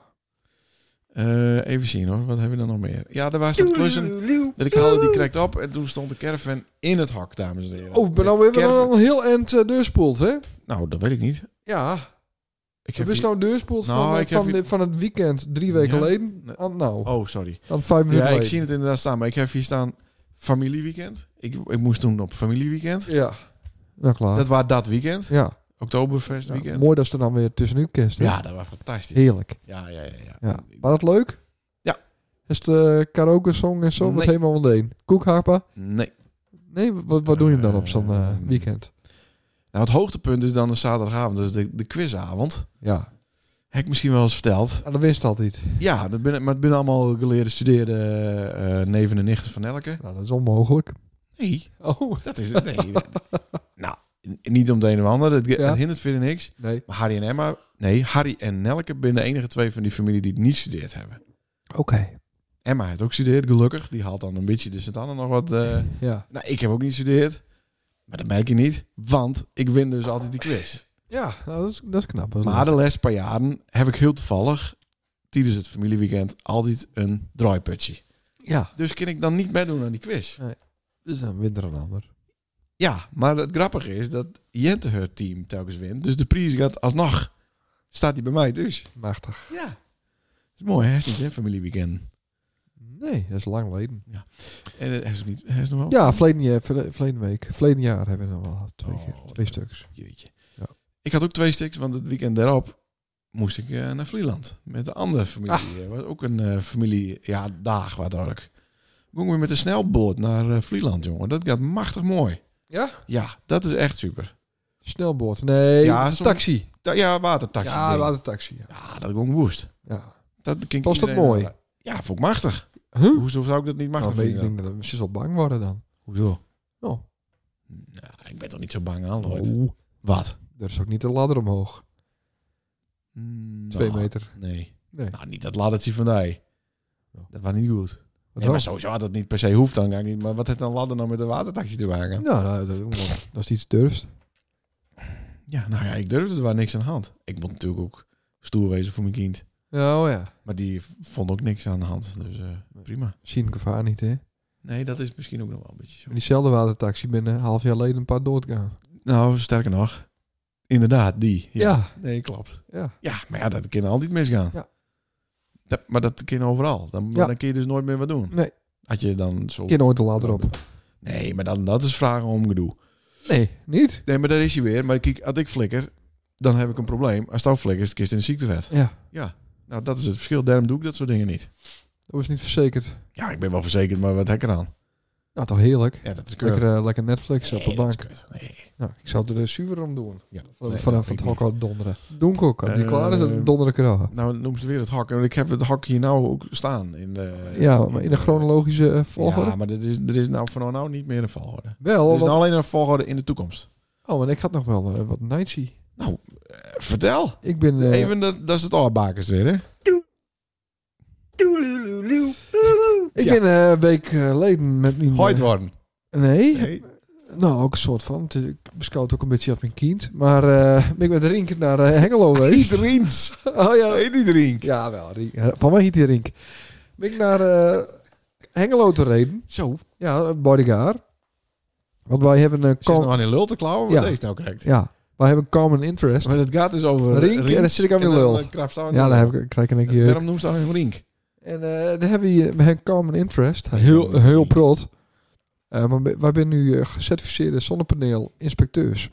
Speaker 2: Eh, even zien hoor, wat hebben we dan nog meer? Ja, daar was dat klussen. Dat ik haalde die correct op en toen stond de caravan in het hak, dames en heren.
Speaker 3: Oh, ik ben
Speaker 2: De
Speaker 3: nou weer
Speaker 2: caravan-
Speaker 3: wel een heel end eh, deurspoeld, hè?
Speaker 2: Nou, dat weet ik niet.
Speaker 3: Ja.
Speaker 2: Ik
Speaker 3: Ik
Speaker 2: heb
Speaker 3: is
Speaker 2: hier-
Speaker 3: nou deurspoeld
Speaker 2: Nou,
Speaker 3: van, eh,
Speaker 2: ik heb
Speaker 3: van,
Speaker 2: hier-
Speaker 3: dit- van het weekend drie weken
Speaker 2: Ja?
Speaker 3: geleden.
Speaker 2: Nee.
Speaker 3: Aan- nou,
Speaker 2: Oh, sorry.
Speaker 3: dan vijf minuten
Speaker 2: Ja, ik
Speaker 3: geleden.
Speaker 2: zie het inderdaad staan, maar ik heb hier staan familieweekend. Ik, ik moest toen op familieweekend.
Speaker 3: Ja. Nou, klaar.
Speaker 2: Dat was dat weekend.
Speaker 3: ja.
Speaker 2: Oktoberfest
Speaker 3: Ja,
Speaker 2: weekend.
Speaker 3: mooi dat ze er dan weer tussenuit kerst. hè?
Speaker 2: Ja, dat was fantastisch.
Speaker 3: Heerlijk.
Speaker 2: Ja, ja, ja. ja.
Speaker 3: Ja. Was dat leuk?
Speaker 2: Ja.
Speaker 3: Is het eh, karaoke song en zo? Wat
Speaker 2: Nee.
Speaker 3: helemaal van deen. Koekhapa?
Speaker 2: Nee.
Speaker 3: Nee, wat, wat doe je dan op
Speaker 2: Eh,
Speaker 3: zo'n eh, weekend?
Speaker 2: Nou, het hoogtepunt is dan de zaterdagavond, dus de, de quizavond.
Speaker 3: Ja.
Speaker 2: Heb ik misschien wel eens verteld.
Speaker 3: Ah, dat wist altijd.
Speaker 2: Ja, dat ben, maar het zijn allemaal geleerde studeerde eh, neven en nichten van elke.
Speaker 3: Nou, dat is onmogelijk.
Speaker 2: Nee,
Speaker 3: Oh.
Speaker 2: dat is het. Nee. nou, n- niet om het een of ander. Het,
Speaker 3: Ja.
Speaker 2: het hindert verder niks.
Speaker 3: Nee.
Speaker 2: Maar Harry en Emma... Nee, Harry en Nelke zijn de enige twee van die familie die het niet studeerd hebben.
Speaker 3: Oké.
Speaker 2: Emma heeft ook studeerd, gelukkig. Die haalt dan een beetje de sint nog wat... eh,
Speaker 3: Ja.
Speaker 2: nou, ik heb ook niet gestudeerd. Maar dat merk je niet, want ik win dus altijd die quiz.
Speaker 3: Ja, nou, dat, is, dat is knap. Dat is
Speaker 2: Maar
Speaker 3: leuk.
Speaker 2: de les paar jaren heb ik heel toevallig tijdens het familieweekend altijd een draaiputje.
Speaker 3: Ja.
Speaker 2: Dus kan ik dan niet meedoen aan die quiz.
Speaker 3: Dus dan wint er een ander.
Speaker 2: Ja, maar het grappige is dat Jente haar team telkens wint. Dus de prijs gaat alsnog. Staat die bij mij dus.
Speaker 3: Machtig.
Speaker 2: Ja. is mooi, hè? Is niet, hè? Familieweekend.
Speaker 3: Nee, dat is lang geleden.
Speaker 2: En eh, hij is nog niet. Hij is nog wel.
Speaker 3: Ja, verleden, jaar- verle- verleden week. Verleden jaar hebben we nog wel twee
Speaker 2: Oh,
Speaker 3: keer.
Speaker 2: wat leuk.
Speaker 3: Twee stuks.
Speaker 2: Jeetje.
Speaker 3: Ja.
Speaker 2: Ik had ook twee sticks, want het weekend daarop moest ik eh, naar Vlieland. Met de andere familie.
Speaker 3: Ah.
Speaker 2: Eh, was ook een eh, familie. Ja, dag wat eigenlijk. Gingen we met de snelboot naar eh, Vlieland, jongen. Dat gaat machtig mooi.
Speaker 3: Ja?
Speaker 2: Ja, dat is echt super.
Speaker 3: Snelboord. Nee,
Speaker 2: Ja,
Speaker 3: een
Speaker 2: soms-
Speaker 3: taxi.
Speaker 2: Da- ja, watertaxi.
Speaker 3: Ja,
Speaker 2: ding.
Speaker 3: laat een taxi. Ja.
Speaker 2: ja, dat ging woest.
Speaker 3: ja.
Speaker 2: Dat klinkt
Speaker 3: Was dat
Speaker 2: iedereen
Speaker 3: mooi?
Speaker 2: wel- Ja, vond ik machtig.
Speaker 3: Huh?
Speaker 2: Hoezo zou ik dat niet machtig
Speaker 3: Nou, weet ik
Speaker 2: vinden?
Speaker 3: denk dat ze wel bang worden dan.
Speaker 2: Hoezo?
Speaker 3: Oh.
Speaker 2: Nou, ik ben toch niet zo bang aan, Lloyd?
Speaker 3: Oh.
Speaker 2: Wat?
Speaker 3: Er is ook niet de ladder omhoog. Twee
Speaker 2: Nou,
Speaker 3: meter.
Speaker 2: Nee.
Speaker 3: Nee.
Speaker 2: Nou, niet dat laddertje van die.
Speaker 3: Oh.
Speaker 2: Dat was niet goed.
Speaker 3: Wat
Speaker 2: Nee, maar
Speaker 3: dan?
Speaker 2: sowieso had dat niet per se hoeft dan ga ik niet. Maar wat heeft een ladder nou met een watertaxi te maken?
Speaker 3: Nou, nou, dat, doen we wel. dat is iets durfst.
Speaker 2: Ja, nou ja, ik durfde er waar niks aan de hand. Ik moet natuurlijk ook stoer wezen voor mijn kind.
Speaker 3: Ja, oh ja.
Speaker 2: Maar die v- vond ook niks aan de hand. Dus eh, prima.
Speaker 3: Zien gevaar niet, hè.
Speaker 2: Nee, dat is misschien ook nog wel een beetje zo.
Speaker 3: In diezelfde watertaxi ben een half jaar geleden een paar doodgaan.
Speaker 2: Nou, sterker nog. Inderdaad, die.
Speaker 3: Ja.
Speaker 2: Nee, klopt.
Speaker 3: Ja.
Speaker 2: Ja, maar ja, dat kan altijd misgaan.
Speaker 3: Ja.
Speaker 2: Dat, maar dat kan overal. Dan, maar
Speaker 3: Ja.
Speaker 2: dan kun je dus nooit meer wat doen.
Speaker 3: Nee.
Speaker 2: Had je dan zo...
Speaker 3: Keer nooit de ladder op.
Speaker 2: Nee, maar dan, dat is vragen om gedoe.
Speaker 3: Nee, niet?
Speaker 2: Nee, maar daar is hij weer. Maar kijk, als ik flikker, dan heb ik een probleem. Als het flikker is, het kist in de ziektewet.
Speaker 3: Ja.
Speaker 2: Nou, dat is het verschil. Daarom doe ik dat soort dingen niet.
Speaker 3: Dat was niet verzekerd.
Speaker 2: Ja, ik ben wel verzekerd, maar wat heb ik eraan?
Speaker 3: Nou, toch heerlijk.
Speaker 2: Ja, dat is kut.
Speaker 3: Lekker, eh, lekker Netflix op de
Speaker 2: Nee, dat is
Speaker 3: bank.
Speaker 2: kut. Nee.
Speaker 3: Nou, ik zou er de zuur om doen.
Speaker 2: Ja.
Speaker 3: Van-
Speaker 2: Nee,
Speaker 3: Vanaf
Speaker 2: dat
Speaker 3: het
Speaker 2: vind ik
Speaker 3: hok
Speaker 2: niet.
Speaker 3: uit donderen. Donker ook. Als die
Speaker 2: Eh,
Speaker 3: klaar is, dan donderen ik er al.
Speaker 2: Nou, noem ze weer het hak. Want ik heb het hak hier nou ook staan. In de,
Speaker 3: Ja, maar in de chronologische eh, volgorde.
Speaker 2: Ja, maar dit is, er is nou van nou niet meer een volgorde.
Speaker 3: Wel,
Speaker 2: Er is
Speaker 3: want-
Speaker 2: nou alleen een volgorde in de toekomst.
Speaker 3: Oh, en ik had nog wel eh, wat Nightsy.
Speaker 2: Eh, vertel.
Speaker 3: Ik ben... eh,
Speaker 2: Even, dat, dat is het oorbakers weer, hè?
Speaker 3: Ik
Speaker 2: Ja.
Speaker 3: ben eh, een week geleden met mijn...
Speaker 2: Hooid worden.
Speaker 3: eh, nee,
Speaker 2: Nee.
Speaker 3: nou ook een soort van. Het is- Ik beschouw het ook een beetje als mijn kind. Maar eh, ben ik met Rink naar eh, Hengelo
Speaker 2: Niet
Speaker 3: geweest.
Speaker 2: Riens.
Speaker 3: oh ja.
Speaker 2: Heet niet Rink.
Speaker 3: Ja, wel. Rink. Eh, Van mij heet die Rink. Ben ik naar eh, Hengelo te reden.
Speaker 2: Zo.
Speaker 3: Ja, bodyguard. Want wij hebben een...
Speaker 2: Ze is
Speaker 3: com-
Speaker 2: nog aan in lul te klauwen, wat
Speaker 3: Ja.
Speaker 2: deze nou krijgt.
Speaker 3: Ja, wij hebben common interest.
Speaker 2: Maar het gaat dus over
Speaker 3: Rink, en dan zit ik aan de lul. Ja, daar heb ik, krijg ik een keer...
Speaker 2: Waarom noemt ze nou een Rink?
Speaker 3: En eh dan hebben we hier we hebben Common Interest.
Speaker 2: Heel-
Speaker 3: Heel, heel prot. Eh, maar we- wij zijn nu eh, gecertificeerde zonnepaneel-inspecteurs.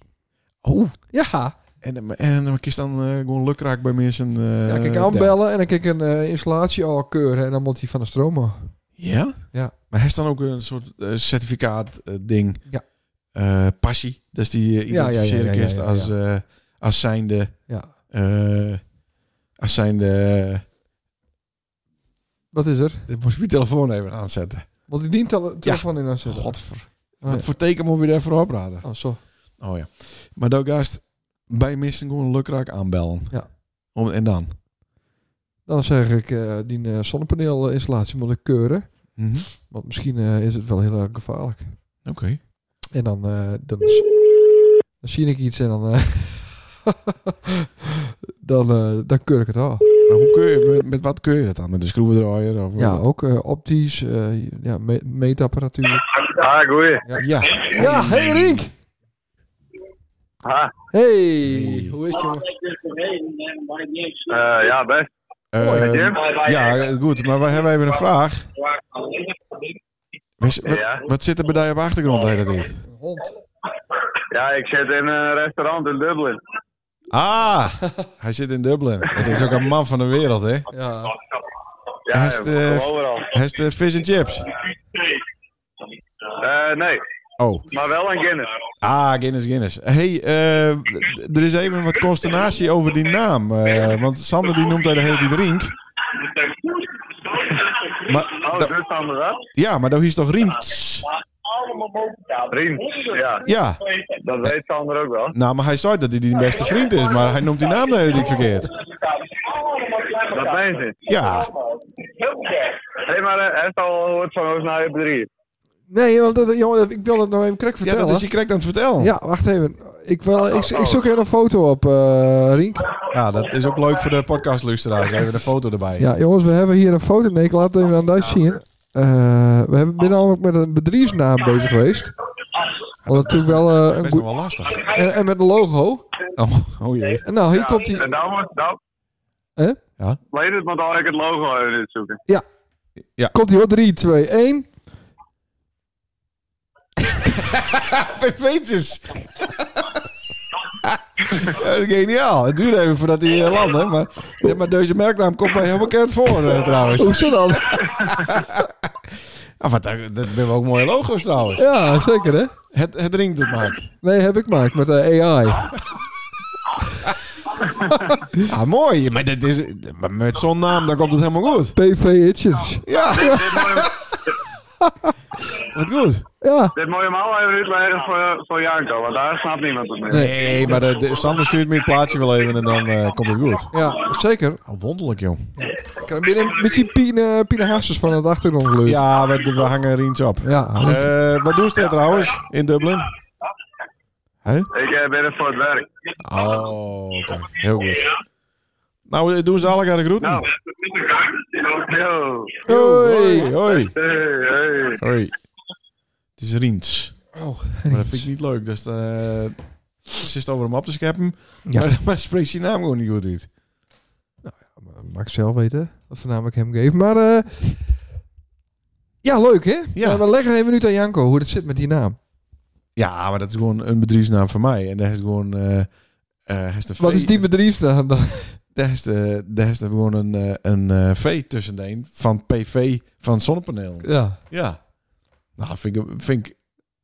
Speaker 2: Oh.
Speaker 3: Ja.
Speaker 2: En, en, en dan kies dan eh, gewoon lukraak bij mensen. eh,
Speaker 3: ja, kijk
Speaker 2: daar.
Speaker 3: aanbellen en dan kijk een eh, installatie al keuren. En dan moet hij van de stroom af.
Speaker 2: Ja?
Speaker 3: Ja.
Speaker 2: Maar hij is dan ook een soort eh, certificaat eh, ding.
Speaker 3: Ja.
Speaker 2: Eh, passie. Dat is die eh,
Speaker 3: Ja, ja, ja,
Speaker 2: identificeren
Speaker 3: ja, ja,
Speaker 2: kist
Speaker 3: ja, ja.
Speaker 2: als, eh, als zijnde...
Speaker 3: Ja.
Speaker 2: eh, als zijnde... eh,
Speaker 3: Wat is er?
Speaker 2: Dit moest ik mijn telefoon even aanzetten.
Speaker 3: Want die dient al telefoon in aan zetten.
Speaker 2: Godver.
Speaker 3: Oh,
Speaker 2: Wat
Speaker 3: ja.
Speaker 2: voor teken moet je daarvoor opraden?
Speaker 3: Oh, zo.
Speaker 2: Oh ja. Maar dat gast bij missen gewoon lukraak aanbellen.
Speaker 3: Ja.
Speaker 2: Om, en dan?
Speaker 3: Dan zeg ik, eh, die eh, zonnepaneelinstallatie moet ik keuren.
Speaker 2: Mhm.
Speaker 3: Want misschien eh, is het wel heel erg gevaarlijk.
Speaker 2: Oké.
Speaker 3: En dan, eh, dan, s- dan zie ik iets en dan... eh, dan, eh, dan keur ik het al.
Speaker 2: Maar hoe kun je, met, met wat kun je dat dan? Met een schroevendraaier? Of,
Speaker 3: Ja, ook eh, optisch, eh ja, me- meetapparatuur.
Speaker 4: Ah, goeie.
Speaker 2: Ja.
Speaker 3: Ja, hey Rink!
Speaker 4: Ah,
Speaker 3: Hey, hoe is het jongen?
Speaker 4: eh, ja, best.
Speaker 2: Eh,
Speaker 4: Jim?
Speaker 2: ja, goed. Maar we hebben even een vraag. Wes- Wat,
Speaker 4: Ja.
Speaker 2: wat zit er bij jou op de achtergrond? Heet dat niet?
Speaker 3: Een hond.
Speaker 4: Ja, ik zit in een restaurant in Dublin.
Speaker 2: Ah, hij zit in Dublin. Het is ook een man van de wereld, hè?
Speaker 3: Ja.
Speaker 4: Ja,
Speaker 2: Hij is eh, de-
Speaker 4: overal.
Speaker 2: Hij is de vis en chips.
Speaker 4: Eh, nee,
Speaker 2: Oh,
Speaker 4: maar wel een Guinness.
Speaker 2: ah, Guinness, Guinness. hey, eh, d- er is even wat consternatie over die naam. eh, want Sander die noemt hij de hele tijd Rink. Maar,
Speaker 4: Oh,
Speaker 2: da-
Speaker 4: dus dan dat?
Speaker 2: ja, maar dat is toch Rinks?
Speaker 4: Vriend, ja.
Speaker 2: Ja,
Speaker 4: Dat weet Sander ook wel.
Speaker 2: nou, maar hij zei dat hij die beste vriend is, maar hij noemt die naam de hele tijd verkeerd.
Speaker 4: Dat ben je.
Speaker 2: Ja,
Speaker 4: Hé, hey, maar eh, heeft al gehoord van Oost-Nijp 3?
Speaker 3: Nee, want dat, jongen, dat- ik wil het nog even krek
Speaker 2: ja
Speaker 3: vertellen.
Speaker 2: dat is je correct aan het vertellen.
Speaker 3: Ja, wacht even. Ik, wil, ik, ik zoek even een foto op, eh Rienk.
Speaker 2: Ja, dat is ook leuk voor de podcastluisteraars. Even een foto erbij.
Speaker 3: Ja, jongens, we hebben hier een foto. Nee, ik laat het even aan Duits zien. Eh, we
Speaker 2: Oh.
Speaker 3: hebben ben namelijk met een bedrijfsnaam bezig geweest. Wat natuurlijk wel eh,
Speaker 2: Best
Speaker 3: een
Speaker 2: nog
Speaker 3: goed...
Speaker 2: wel lastig.
Speaker 3: En, en met een logo.
Speaker 2: Oh, oh jee.
Speaker 3: En nou, hier komt die...
Speaker 4: En dan moet dan.
Speaker 3: Hè?
Speaker 2: Ja.
Speaker 4: Weet het, want dan had ik het logo even uitzoeken.
Speaker 3: Komt die hoor. 3, 2, 1.
Speaker 2: Peetjes. Geniaal. Het duurde even voordat hij eh, landde. Maar, ja, maar deze merknaam komt mij heel bekend voor eh, trouwens.
Speaker 3: Hoezo dan?
Speaker 2: Ah, wat, dat dat hebben we ook mooie logo's trouwens.
Speaker 3: Ja, zeker hè?
Speaker 2: Het, het ringt het maakt.
Speaker 3: Nee, heb ik gemaakt met eh, AI.
Speaker 2: Ja, Ah, mooi. Maar dit is, maar met zo'n naam dan komt het helemaal goed.
Speaker 3: PV Hitchens.
Speaker 2: Ja. Wat goed.
Speaker 3: Ja.
Speaker 4: Dit moet je hem al even uitleggen voor, voor Janko, want daar snapt niemand het meer.
Speaker 3: Nee.
Speaker 2: Nee, maar de, de- Sander stuurt me het plaatje wel even en dan eh, komt het goed.
Speaker 3: Ja, zeker.
Speaker 2: Oh, wonderlijk, joh.
Speaker 3: Ik krijg binnen een beetje Pine, Pine Haarsens van het achtergrondleus.
Speaker 2: Ja, we, we hangen Riens op.
Speaker 3: Ja, want-
Speaker 2: Eh, wat doen ze daar trouwens in Dublin? Hè?
Speaker 4: Ik eh, ben er voor het werk.
Speaker 2: Oh, oké. Heel goed. Nou, eh, doen ze alle de groeten.
Speaker 4: Nou. Yo.
Speaker 2: Hoi, hoi.
Speaker 4: Hey, hey.
Speaker 2: Hoi. Het is Riens.
Speaker 3: Oh,
Speaker 2: Maar dat vind ik niet leuk. Dus eh ze is over hem op te scheppen.
Speaker 3: Ja.
Speaker 2: Maar, maar spreekt zijn naam gewoon niet goed uit.
Speaker 3: Mag ik zelf weten. Dat voornamelijk hem geef. Maar eh, ja, leuk hè?
Speaker 2: Ja.
Speaker 3: Maar we leggen even nu aan Janko hoe het zit met die naam.
Speaker 2: Ja, maar dat is gewoon een bedrijfsnaam van mij. En daar is gewoon... eh, eh, daar is de
Speaker 3: Wat is
Speaker 2: V-
Speaker 3: die bedrijfsnaam dan?
Speaker 2: Daar is, de, daar is er gewoon een, eh, een eh, V tussenin van PV van zonnepaneel.
Speaker 3: Ja.
Speaker 2: Ja. Nou, dat vind ik, vind ik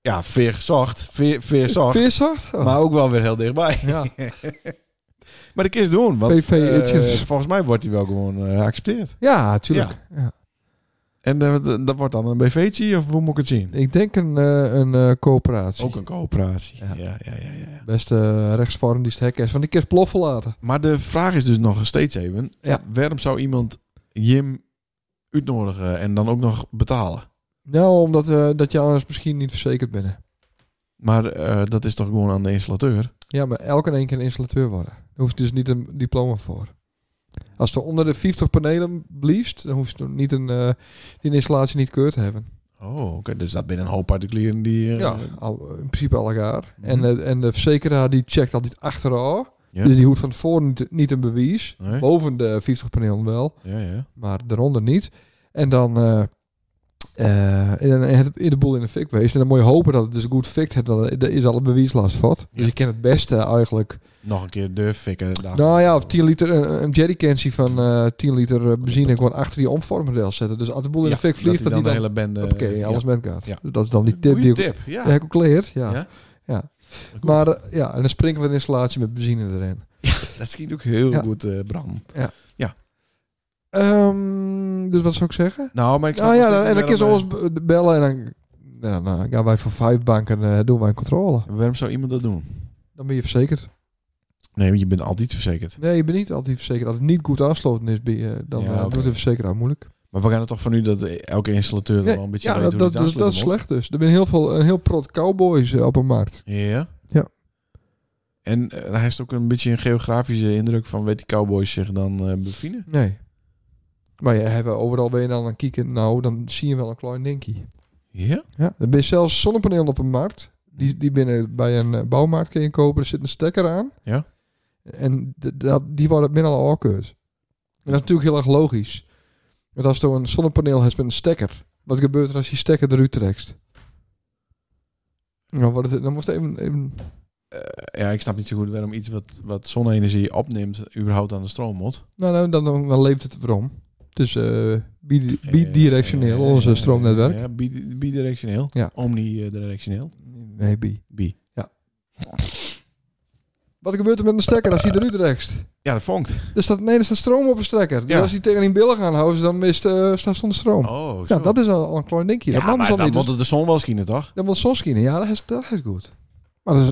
Speaker 2: ja, veer gezocht. Veer, veer zocht.
Speaker 3: Veerzacht? Oh.
Speaker 2: Maar ook wel weer heel dichtbij.
Speaker 3: Ja.
Speaker 2: Maar ik is doen, want
Speaker 3: PV
Speaker 2: eh,
Speaker 3: Itches.
Speaker 2: volgens mij wordt hij wel gewoon eh, geaccepteerd.
Speaker 3: ja, tuurlijk. Ja.
Speaker 2: En eh, dat- dat wordt dan een BV'tje of hoe moet ik het zien?
Speaker 3: Ik denk een, eh, een eh, coöperatie.
Speaker 2: Ook een coöperatie.
Speaker 3: Ja.
Speaker 2: Ja. Ja, ja, ja, ja.
Speaker 3: Beste eh, rechtsvorm die het hek is. Want die kist ploffen laten.
Speaker 2: Maar de vraag is dus nog steeds even.
Speaker 3: Ja.
Speaker 2: Waarom zou iemand Jim uitnodigen en dan ook nog betalen?
Speaker 3: Nou, omdat eh, dat je anders misschien niet verzekerd bent.
Speaker 2: Maar eh, dat is toch gewoon aan de installateur?
Speaker 3: Ja, maar elk en één keer een installateur worden. Daar hoef je dus niet een diploma voor. Als er onder de 50 panelen blieft, dan hoef je dan niet een, eh, die installatie niet keur te hebben.
Speaker 2: Oh, oké. Dus dat binnen een hoop particulieren die... eh,
Speaker 3: Ja, al, in principe al elkaar.
Speaker 2: Mhm.
Speaker 3: En, eh, en de verzekeraar die checkt altijd achteraf.
Speaker 2: Ja.
Speaker 3: Dus die hoeft van tevoren niet, niet een bewijs.
Speaker 2: Nee?
Speaker 3: Boven de 50 panelen wel,
Speaker 2: Ja, ja.
Speaker 3: maar daaronder niet. En dan eh eh, en dan het- in de boel in de fik wezen. En dan moet je hopen dat het dus goed fikt hebt. want Er is al een bewijslast voor. Dus
Speaker 2: Ja.
Speaker 3: je kent het beste eigenlijk
Speaker 2: Nog een keer durf fikken. daar.
Speaker 3: Nou ja, of 10 liter, een, een jerrycansie van eh 10 liter eh, benzine gewoon achter die omvormmodel zetten. Dus als de boel in
Speaker 2: Ja,
Speaker 3: de fik vliegt, dat hij
Speaker 2: de
Speaker 3: dan...
Speaker 2: hele bende...
Speaker 3: Oké,
Speaker 2: ja.
Speaker 3: alles met gaat.
Speaker 2: Ja.
Speaker 3: Dat is dan die tip
Speaker 2: Goeie
Speaker 3: die ik,
Speaker 2: tip, ja.
Speaker 3: die ik ook leer. Ja.
Speaker 2: Ja. Goed.
Speaker 3: Maar eh, ja, en een sprinklerinstallatie met benzine erin.
Speaker 2: Dat schiet ook heel
Speaker 3: Ja.
Speaker 2: goed, eh, Bram.
Speaker 3: Ehm, dus wat zou ik zeggen?
Speaker 2: Nou, maar ik snap
Speaker 3: Nou
Speaker 2: nog
Speaker 3: ja,
Speaker 2: steeds
Speaker 3: en dan
Speaker 2: niet
Speaker 3: kun je
Speaker 2: waarom,
Speaker 3: ons be- bellen en dan... Ja, nou, dan gaan wij voor vijf banken eh, doen wij een controle.
Speaker 2: eh, Waarom zou iemand dat doen?
Speaker 3: Dan ben je verzekerd.
Speaker 2: Nee, want je bent altijd verzekerd.
Speaker 3: Nee, je bent niet altijd verzekerd. Als het niet goed aansloten is, bij, eh, dan
Speaker 2: Ja,
Speaker 3: eh,
Speaker 2: oké.
Speaker 3: doet de verzekeraar moeilijk.
Speaker 2: Maar we gaan het toch van nu dat elke installateur
Speaker 3: Nee,
Speaker 2: wel een beetje
Speaker 3: ja,
Speaker 2: weet
Speaker 3: dat,
Speaker 2: hoe
Speaker 3: dat,
Speaker 2: die
Speaker 3: dat, dat is
Speaker 2: aansluiten
Speaker 3: slecht dus. Er zijn heel veel, een heel prot cowboys eh, op een markt.
Speaker 2: moet. Ja?
Speaker 3: Ja.
Speaker 2: En eh, hij heeft ook een beetje een geografische indruk van... weet die cowboys zich dan eh bevinden?
Speaker 3: Nee. Maar ja, hebben we overal ben je dan aan het kijken. Nou, dan zie je wel een klein dinkie.
Speaker 2: Ja?
Speaker 3: Ja. Er zijn zelfs zonnepanelen op een markt. Die, die binnen bij een eh, bouwmarkt kun je kopen. Er zit een stekker aan.
Speaker 2: Ja.
Speaker 3: En d- dat, die worden binnen al afkeurd. En dat is natuurlijk heel erg logisch. Want als er een zonnepaneel hebt met een stekker. Wat gebeurt er als je stekker eruit trekt? Nou, wordt het, dan moest even, even...
Speaker 2: Ja, ik snap niet zo goed waarom iets wat, wat zonne-energie opneemt... überhaupt aan de stroom moet.
Speaker 3: Nou, nou dan, dan, dan leeft het erom. Het is eh, bidi- bidirectioneel,
Speaker 2: Eh,
Speaker 3: onze
Speaker 2: eh,
Speaker 3: stroomnetwerk.
Speaker 2: Ja, bid- bidirectioneel.
Speaker 3: Ja.
Speaker 2: Omnidirectioneel.
Speaker 3: Nee, bi.
Speaker 2: Bi.
Speaker 3: Wat gebeurt er met een stekker als hij eruit trekt?
Speaker 2: Ja, dat vonkt.
Speaker 3: Er staat, nee, er staat stroom op een stekker. Dus
Speaker 2: Ja.
Speaker 3: als die tegen die billen gaan houden, dan mist, eh, staat zonder stroom.
Speaker 2: Oh, zo.
Speaker 3: ja, dat is al, al een klein dingje.
Speaker 2: Ja,
Speaker 3: dat man
Speaker 2: maar
Speaker 3: is al
Speaker 2: dan
Speaker 3: niet.
Speaker 2: moet
Speaker 3: Dus-
Speaker 2: het de zon wel schijnen, toch?
Speaker 3: Dat moet soms kunnen. Ja, dat is, dat is goed. Maar dat is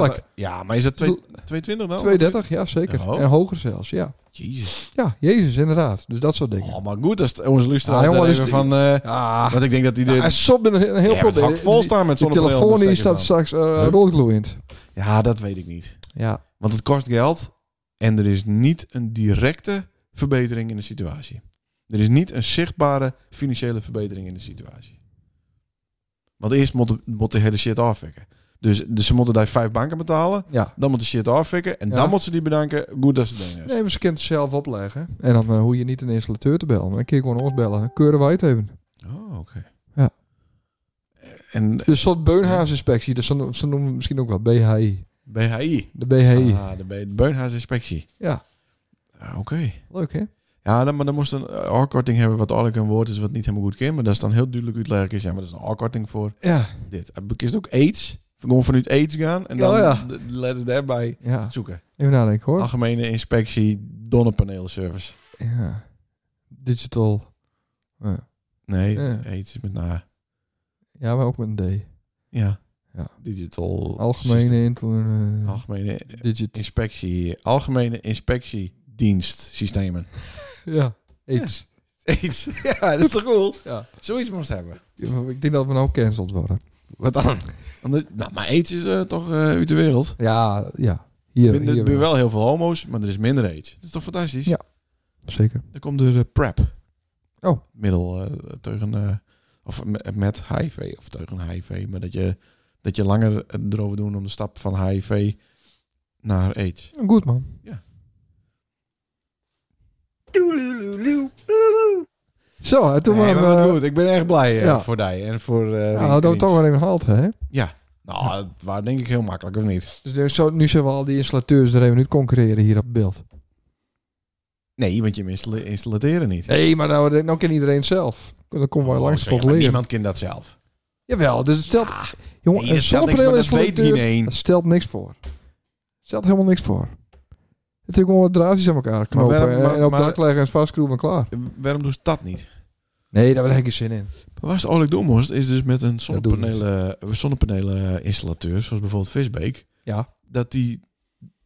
Speaker 2: Het is dan niet dat er- Ja, maar is dat twee- 220 dan?
Speaker 3: 230, ja zeker.
Speaker 2: Ja, hoog.
Speaker 3: en hoger zelfs, ja.
Speaker 2: Jezus.
Speaker 3: Ja, Jezus, inderdaad. Dus dat soort dingen.
Speaker 2: Oh, maar goed, dat is onze luisteraars
Speaker 3: Ah,
Speaker 2: daar
Speaker 3: jongen,
Speaker 2: even
Speaker 3: dus-
Speaker 2: van... eh,
Speaker 3: Ah,
Speaker 2: Want ik denk dat die de...
Speaker 3: ja, en sop ben een heel
Speaker 2: Ja, maar het
Speaker 3: probleem.
Speaker 2: hakt vol staan met
Speaker 3: Die
Speaker 2: zonnepanelen dus
Speaker 3: telefoon die
Speaker 2: stekkers
Speaker 3: staat
Speaker 2: aan.
Speaker 3: straks eh
Speaker 2: Huh?
Speaker 3: roodgloeiend.
Speaker 2: Ja, dat weet ik niet.
Speaker 3: Ja.
Speaker 2: Want het kost geld en er is niet een directe verbetering in de situatie. Er is niet een zichtbare financiële verbetering in de situatie. Want eerst moet de, moet de hele shit afwekken. Dus, dus ze moeten daar vijf banken betalen.
Speaker 3: ja.
Speaker 2: Dan moet de shit afwekken. En
Speaker 3: Ja.
Speaker 2: dan moeten ze die bedanken. Goed dat ze het doen.
Speaker 3: Nee, maar ze kunt het zelf opleggen. En dan eh, hoe je niet een installateur te bellen. Maar Dan kun je gewoon ons bellen. Dan keuren wij het even.
Speaker 2: Oh, oké.
Speaker 3: Ja.
Speaker 2: En
Speaker 3: Dus zo'n beunhaasinspectie. Dus ze noemen- ze noemen het misschien ook wel BHI.
Speaker 2: BHI.
Speaker 3: De BHI.
Speaker 2: Ah, de Be- Beunhaasinspectie.
Speaker 3: Ja,
Speaker 2: Ah, Oké.
Speaker 3: leuk hè?
Speaker 2: Ja, dan, maar dan moest een eh, afkorting hebben wat eigenlijk een woord is wat niet helemaal goed kent. Maar dat is dan heel duidelijk uitleggen. is, Ja, maar dat is een afkorting voor
Speaker 3: Ja.
Speaker 2: dit. Ik kies ook AIDS. Gewoon vanuit AIDS gaan en dan
Speaker 3: Oh ja.
Speaker 2: de de letters daarbij
Speaker 3: ja.
Speaker 2: zoeken.
Speaker 3: Even nadenken hoor.
Speaker 2: Algemene inspectie donnerpaneelservice.
Speaker 3: Ja. Digital.
Speaker 2: Nee,
Speaker 3: Ja.
Speaker 2: AIDS is met na.
Speaker 3: Ja, maar ook met een D.
Speaker 2: Ja.
Speaker 3: Ja.
Speaker 2: Digital. systeem-
Speaker 3: Algemene inter... eh,
Speaker 2: Algemene
Speaker 3: digit.
Speaker 2: inspectie. Algemene inspectiedienst systemen.
Speaker 3: Ja. Aids.
Speaker 2: AIDS. Ja, dat is toch cool?
Speaker 3: Ja.
Speaker 2: Zoiets moest hebben.
Speaker 3: Ik denk dat we nou cancelled worden.
Speaker 2: Wat dan? Omdat- nou, maar AIDS is eh, toch eh, uit de wereld?
Speaker 3: Ja, ja. Hier,
Speaker 2: Er
Speaker 3: hier
Speaker 2: zijn wel heel veel homo's, maar er is minder aids. Dat is toch fantastisch?
Speaker 3: Ja. Zeker.
Speaker 2: Dan komt er eh, PrEP.
Speaker 3: Oh.
Speaker 2: Middel eh, tegen... eh, of me- met HIV, of tegen HIV. Maar dat je, dat je langer eh, erover doen om de stap van HIV naar aids.
Speaker 3: Goed man.
Speaker 2: Ja.
Speaker 3: Zo, en toen
Speaker 2: Nee,
Speaker 3: maar...
Speaker 2: maar wat
Speaker 3: eh,
Speaker 2: goed. Ik ben erg blij eh,
Speaker 3: ja.
Speaker 2: voor die en voor... eh,
Speaker 3: Ja, dat we
Speaker 2: Rink
Speaker 3: het toch
Speaker 2: Rink.
Speaker 3: wel even gehaald, hè?
Speaker 2: Nou, het was denk ik heel makkelijk, of niet?
Speaker 3: Dus nu zou- nu zullen we al die installateurs er even niet concurreren hier op beeld.
Speaker 2: Nee, want je installe- installateren niet.
Speaker 3: Nee, maar nou, nou kan iedereen het zelf. Dan komen wij
Speaker 2: Oh,
Speaker 3: langs
Speaker 2: zeg, maar
Speaker 3: controleren.
Speaker 2: Niemand kent dat zelf.
Speaker 3: Jawel, dus het stelt... jongen,
Speaker 2: Nee,
Speaker 3: een
Speaker 2: dat stelt niks, maar
Speaker 3: zonnepaneel
Speaker 2: dat weet
Speaker 3: installateur...
Speaker 2: iedereen.
Speaker 3: Dat stelt niks voor. Het stelt helemaal niks voor. Het is gewoon wat draadjes aan elkaar knopen
Speaker 2: waarom-
Speaker 3: en-
Speaker 2: maar-
Speaker 3: en op het
Speaker 2: maar-
Speaker 3: dak leggen en vastschroeven en klaar.
Speaker 2: Waarom doen ze dat niet?
Speaker 3: Nee, daar heb ik geen zin in.
Speaker 2: Maar Waar ze eigenlijk door moest, is dus met een
Speaker 3: Dat doen we
Speaker 2: zonnepanelen, zonnepanelen installateur, zoals bijvoorbeeld Visbeek,
Speaker 3: Ja.
Speaker 2: dat die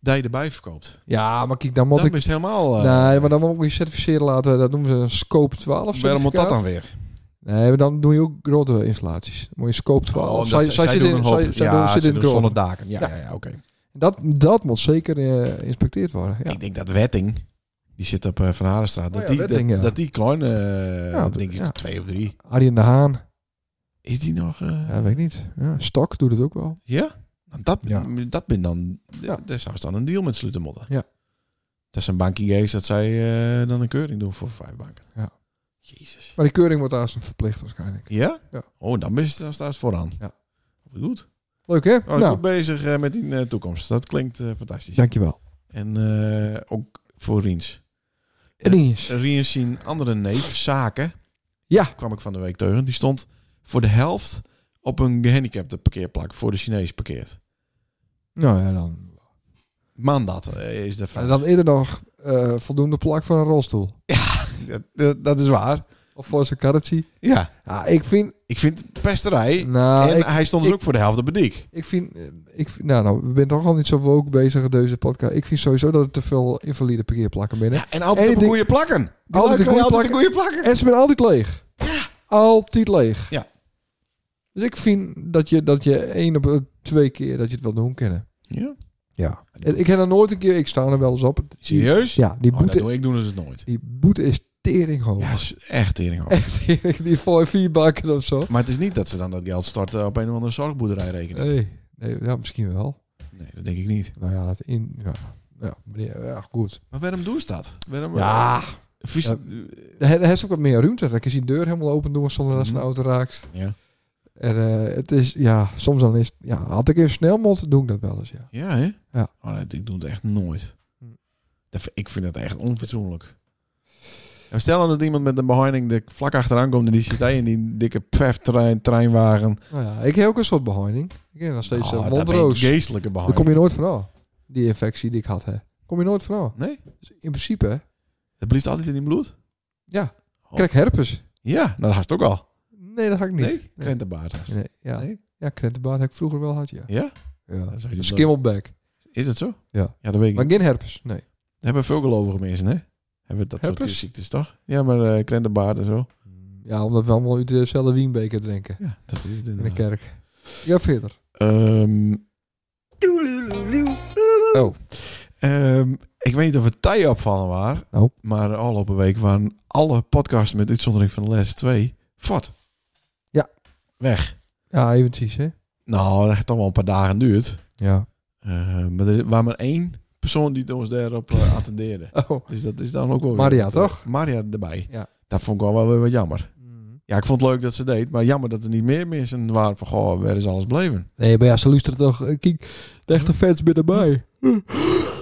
Speaker 2: die erbij verkoopt.
Speaker 3: Ja, maar kijk, dan moet
Speaker 2: Dat
Speaker 3: ik...
Speaker 2: is helemaal... eh,
Speaker 3: Nee, maar dan moet ik je certificeren laten. Dat noemen ze een scope 12
Speaker 2: waarom moet dat
Speaker 3: certificaat.
Speaker 2: dan weer?
Speaker 3: Nee, maar dan doe je ook grote installaties. Dan moet je scope 12.
Speaker 2: omdat
Speaker 3: zij,
Speaker 2: ze-
Speaker 3: zij, zitten
Speaker 2: Oh, doen
Speaker 3: in,
Speaker 2: een hoop-
Speaker 3: zij, zij
Speaker 2: ja,
Speaker 3: doen,
Speaker 2: ze
Speaker 3: zitten in
Speaker 2: doen
Speaker 3: het grote.
Speaker 2: zonnedaken. Ja,
Speaker 3: Ja.
Speaker 2: ja. ja, oké.
Speaker 3: Dat, dat moet zeker eh geïnspecteerd worden. Ja. Oh
Speaker 2: Ik denk dat Wetting, die zit op eh, Van Harenstraat, dat,
Speaker 3: ja,
Speaker 2: die,
Speaker 3: Wetting,
Speaker 2: dat,
Speaker 3: ja.
Speaker 2: dat die kleine, eh,
Speaker 3: Ja,
Speaker 2: denk ik,
Speaker 3: ja.
Speaker 2: twee of drie.
Speaker 3: Arjen de Haan.
Speaker 2: Is die nog... eh,
Speaker 3: Ja, weet ik niet. Ja, Stok doet het ook wel.
Speaker 2: Ja? Nou, dat,
Speaker 3: Ja.
Speaker 2: dat ben dan...
Speaker 3: Ja.
Speaker 2: Daar zou ze dan een deal met sluiten modder.
Speaker 3: Ja.
Speaker 2: Dat zijn bankiers dat zij eh, dan een keuring doen voor vijf banken.
Speaker 3: Ja.
Speaker 2: Jezus.
Speaker 3: Maar die keuring wordt daar verplicht waarschijnlijk.
Speaker 2: Ja?
Speaker 3: Ja.
Speaker 2: Oh, dan ben je dan staat het vooraan.
Speaker 3: Ja.
Speaker 2: Goed.
Speaker 3: Leuk hè?
Speaker 2: Oh,
Speaker 3: nou,
Speaker 2: Goed bezig eh, met die eh, toekomst. Dat klinkt eh, fantastisch.
Speaker 3: dankjewel.
Speaker 2: En eh, ook voor Riens.
Speaker 3: Ries.
Speaker 2: Riens zien andere neef, Zaken.
Speaker 3: Ja.
Speaker 2: Kwam ik van de week tegen. Die stond voor de helft op een gehandicapte parkeerplak voor de Chinees parkeerd.
Speaker 3: Nou ja, dan,
Speaker 2: Maan dat eh, is de vraag.
Speaker 3: dan eerder nog eh, voldoende plak voor een rolstoel.
Speaker 2: Dat, dat is waar.
Speaker 3: Of voor zijn karretje.
Speaker 2: Ja,
Speaker 3: Ja, ik vind...
Speaker 2: ik vind pesterij.
Speaker 3: Nou,
Speaker 2: en
Speaker 3: ik,
Speaker 2: hij stond dus ook voor de helft op het dik.
Speaker 3: ik vind... Ik, vind- nou, nou, we zijn toch al niet zo woke bezig in deze podcast. Ik vind sowieso dat er te veel invalide parkeerplakken binnen.
Speaker 2: Ja, en altijd
Speaker 3: En
Speaker 2: op
Speaker 3: ik-
Speaker 2: de goede plakken. Die
Speaker 3: Altijd de
Speaker 2: luisteren
Speaker 3: goeie
Speaker 2: altijd de goede plakken.
Speaker 3: En ze zijn altijd leeg. Altijd leeg.
Speaker 2: Ja.
Speaker 3: Dus ik vind dat je, dat je één op de twee keer dat je het wil doen kennen.
Speaker 2: Ja.
Speaker 3: Ja. Ik heb er nooit een keer... Ik sta er wel eens op.
Speaker 2: Serieus?
Speaker 3: Ja, die
Speaker 2: Oh, dat
Speaker 3: boete,
Speaker 2: doe ik doen ze het nooit.
Speaker 3: die boete is teringhoog.
Speaker 2: Ja, dat is echt tering
Speaker 3: Echt eerlijk, die voor vier bakken of zo.
Speaker 2: Maar het is niet dat ze dan dat geld storten op een of andere zorgboerderij rekenen.
Speaker 3: Nee, nee ja, misschien wel.
Speaker 2: Nee, dat denk ik niet.
Speaker 3: Nou ja, het in, ja. Ja, meneer, ja, goed.
Speaker 2: Maar waarom doen ze dat? Waarom,
Speaker 3: Ja,
Speaker 2: Vies-
Speaker 3: Ja. daar he- daar heeft ze ook wat meer ruimte. Dan kun je die deur helemaal open doen zonder dat ze een
Speaker 2: Mhm.
Speaker 3: auto raakt.
Speaker 2: Ja.
Speaker 3: En eh, het is, ja, soms dan is, ja, had ik een snel mond, doe ik dat wel eens, ja.
Speaker 2: Ja, hè?
Speaker 3: Ja.
Speaker 2: Oh, nee, ik doe het echt nooit.
Speaker 3: Hm.
Speaker 2: Dat v- Ik vind dat echt onfatsoenlijk. En stel nou dat iemand met een behinding de vlak achteraan komt en die zit hij in die dikke pfff trein, treinwagen.
Speaker 3: Nou ja, ik heb ook een soort behinding. Ik heb nog
Speaker 2: Oh,
Speaker 3: steeds een
Speaker 2: dat ben ik
Speaker 3: wondroos.
Speaker 2: geestelijke
Speaker 3: Daar
Speaker 2: behinding.
Speaker 3: kom je nooit van af. Die infectie die ik had, hè. Kom je nooit van af.
Speaker 2: Nee?
Speaker 3: Dus in principe, hè,
Speaker 2: Dat blieft altijd in die bloed?
Speaker 3: ja.
Speaker 2: Oh.
Speaker 3: Krijg ik herpes?
Speaker 2: Ja, nou, dat haast ook al.
Speaker 3: Nee, dat ga ik niet.
Speaker 2: Nee? Krentenbaard haast.
Speaker 3: Nee, ja.
Speaker 2: Nee?
Speaker 3: Ja, krentenbaan heb ik vroeger wel had, ja.
Speaker 2: Ja?
Speaker 3: ja.
Speaker 2: Dan zou je die
Speaker 3: Skimmelback.
Speaker 2: bloed- Is dat zo?
Speaker 3: Ja.
Speaker 2: Ja, dat weet ik
Speaker 3: Maar
Speaker 2: niet.
Speaker 3: geen herpes, nee.
Speaker 2: Hebben veel gelovige mensen, hè? Hebben dat soort
Speaker 3: Herpes?
Speaker 2: ziektes, toch? Ja, maar eh krentenbaard en zo.
Speaker 3: Ja, omdat we allemaal uit dezelfde wienbeker drinken.
Speaker 2: Ja, dat is het
Speaker 3: In de
Speaker 2: inderdaad.
Speaker 3: kerk. Ja, verder.
Speaker 2: Ehm, oh. Ehm, ik weet niet of het tij opvallen waren.
Speaker 3: Nou.
Speaker 2: Maar de afgelopen week waren alle podcasts met uitzondering van de laatste twee fort.
Speaker 3: Ja.
Speaker 2: Weg.
Speaker 3: Ja, eventjes, hè.
Speaker 2: Nou, dat heeft toch wel een paar dagen duurt.
Speaker 3: Ja.
Speaker 2: maar er was maar één persoon die het ons daarop eh, attendeerde.
Speaker 3: Oh.
Speaker 2: Dus dat is dan ook wel... weer
Speaker 3: Maria,
Speaker 2: wat, eh,
Speaker 3: toch?
Speaker 2: Maria erbij.
Speaker 3: Ja.
Speaker 2: Dat vond ik wel weer wat jammer. Ja, ik vond het leuk dat ze deed. Maar jammer dat er niet meer mensen waren van... Goh, waar is alles bleven?
Speaker 3: Nee, maar ja, ze luisteren toch... eh, Kijk, de echte
Speaker 2: Mhm.
Speaker 3: fans binnenbij.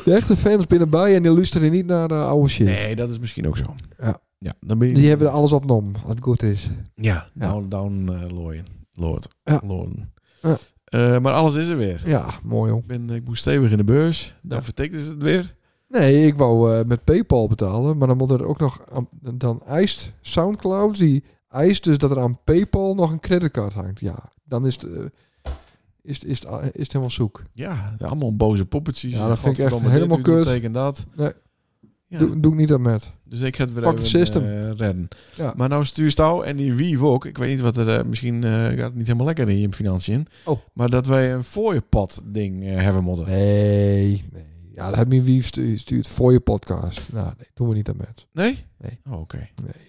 Speaker 3: De echte fans binnenbij en die luisteren niet naar de oude shit.
Speaker 2: Nee, dat is misschien ook zo.
Speaker 3: Ja.
Speaker 2: Ja, dan ben je...
Speaker 3: Die hebben er alles opgenomen, wat goed is.
Speaker 2: Ja,
Speaker 3: Ja.
Speaker 2: down, down eh, looien. Lord.
Speaker 3: Ja.
Speaker 2: Lorden.
Speaker 3: Ja.
Speaker 2: Eh, maar alles is er weer.
Speaker 3: Ja, mooi, jong.
Speaker 2: Ik, ben, ik moest stevig in de beurs. Dan
Speaker 3: Ja.
Speaker 2: vertikte ze het weer.
Speaker 3: Nee, ik wou eh, met Paypal betalen, maar dan moet er ook nog... aan- dan eist Soundcloud, die eist dus dat er aan Paypal nog een creditcard hangt. Ja, dan is het, eh, is, het- is, het, is het helemaal zoek.
Speaker 2: Ja, allemaal boze poppetjes.
Speaker 3: Ja, dat vind ik echt
Speaker 2: Godverdomme, dit,
Speaker 3: helemaal
Speaker 2: u doet
Speaker 3: kut.
Speaker 2: teken dat.
Speaker 3: Nee.
Speaker 2: Ja,
Speaker 3: Doe, doe ik niet aan met.
Speaker 2: dus ik ga het weer
Speaker 3: Fuck
Speaker 2: even
Speaker 3: the system.
Speaker 2: eh, redden.
Speaker 3: Ja.
Speaker 2: Maar nou stuur Stouw en die Wief ook. Ik weet niet wat er... eh, misschien eh, gaat het niet helemaal lekker in je financiën.
Speaker 3: Oh.
Speaker 2: Maar dat wij een fooiepad ding eh, hebben moeten.
Speaker 3: Nee, nee. Ja, dat heb je wie stu- stuurt voor je podcast. Nou, nee, doen we niet aan met.
Speaker 2: Nee?
Speaker 3: Nee.
Speaker 2: Oh, oké.
Speaker 3: Nee.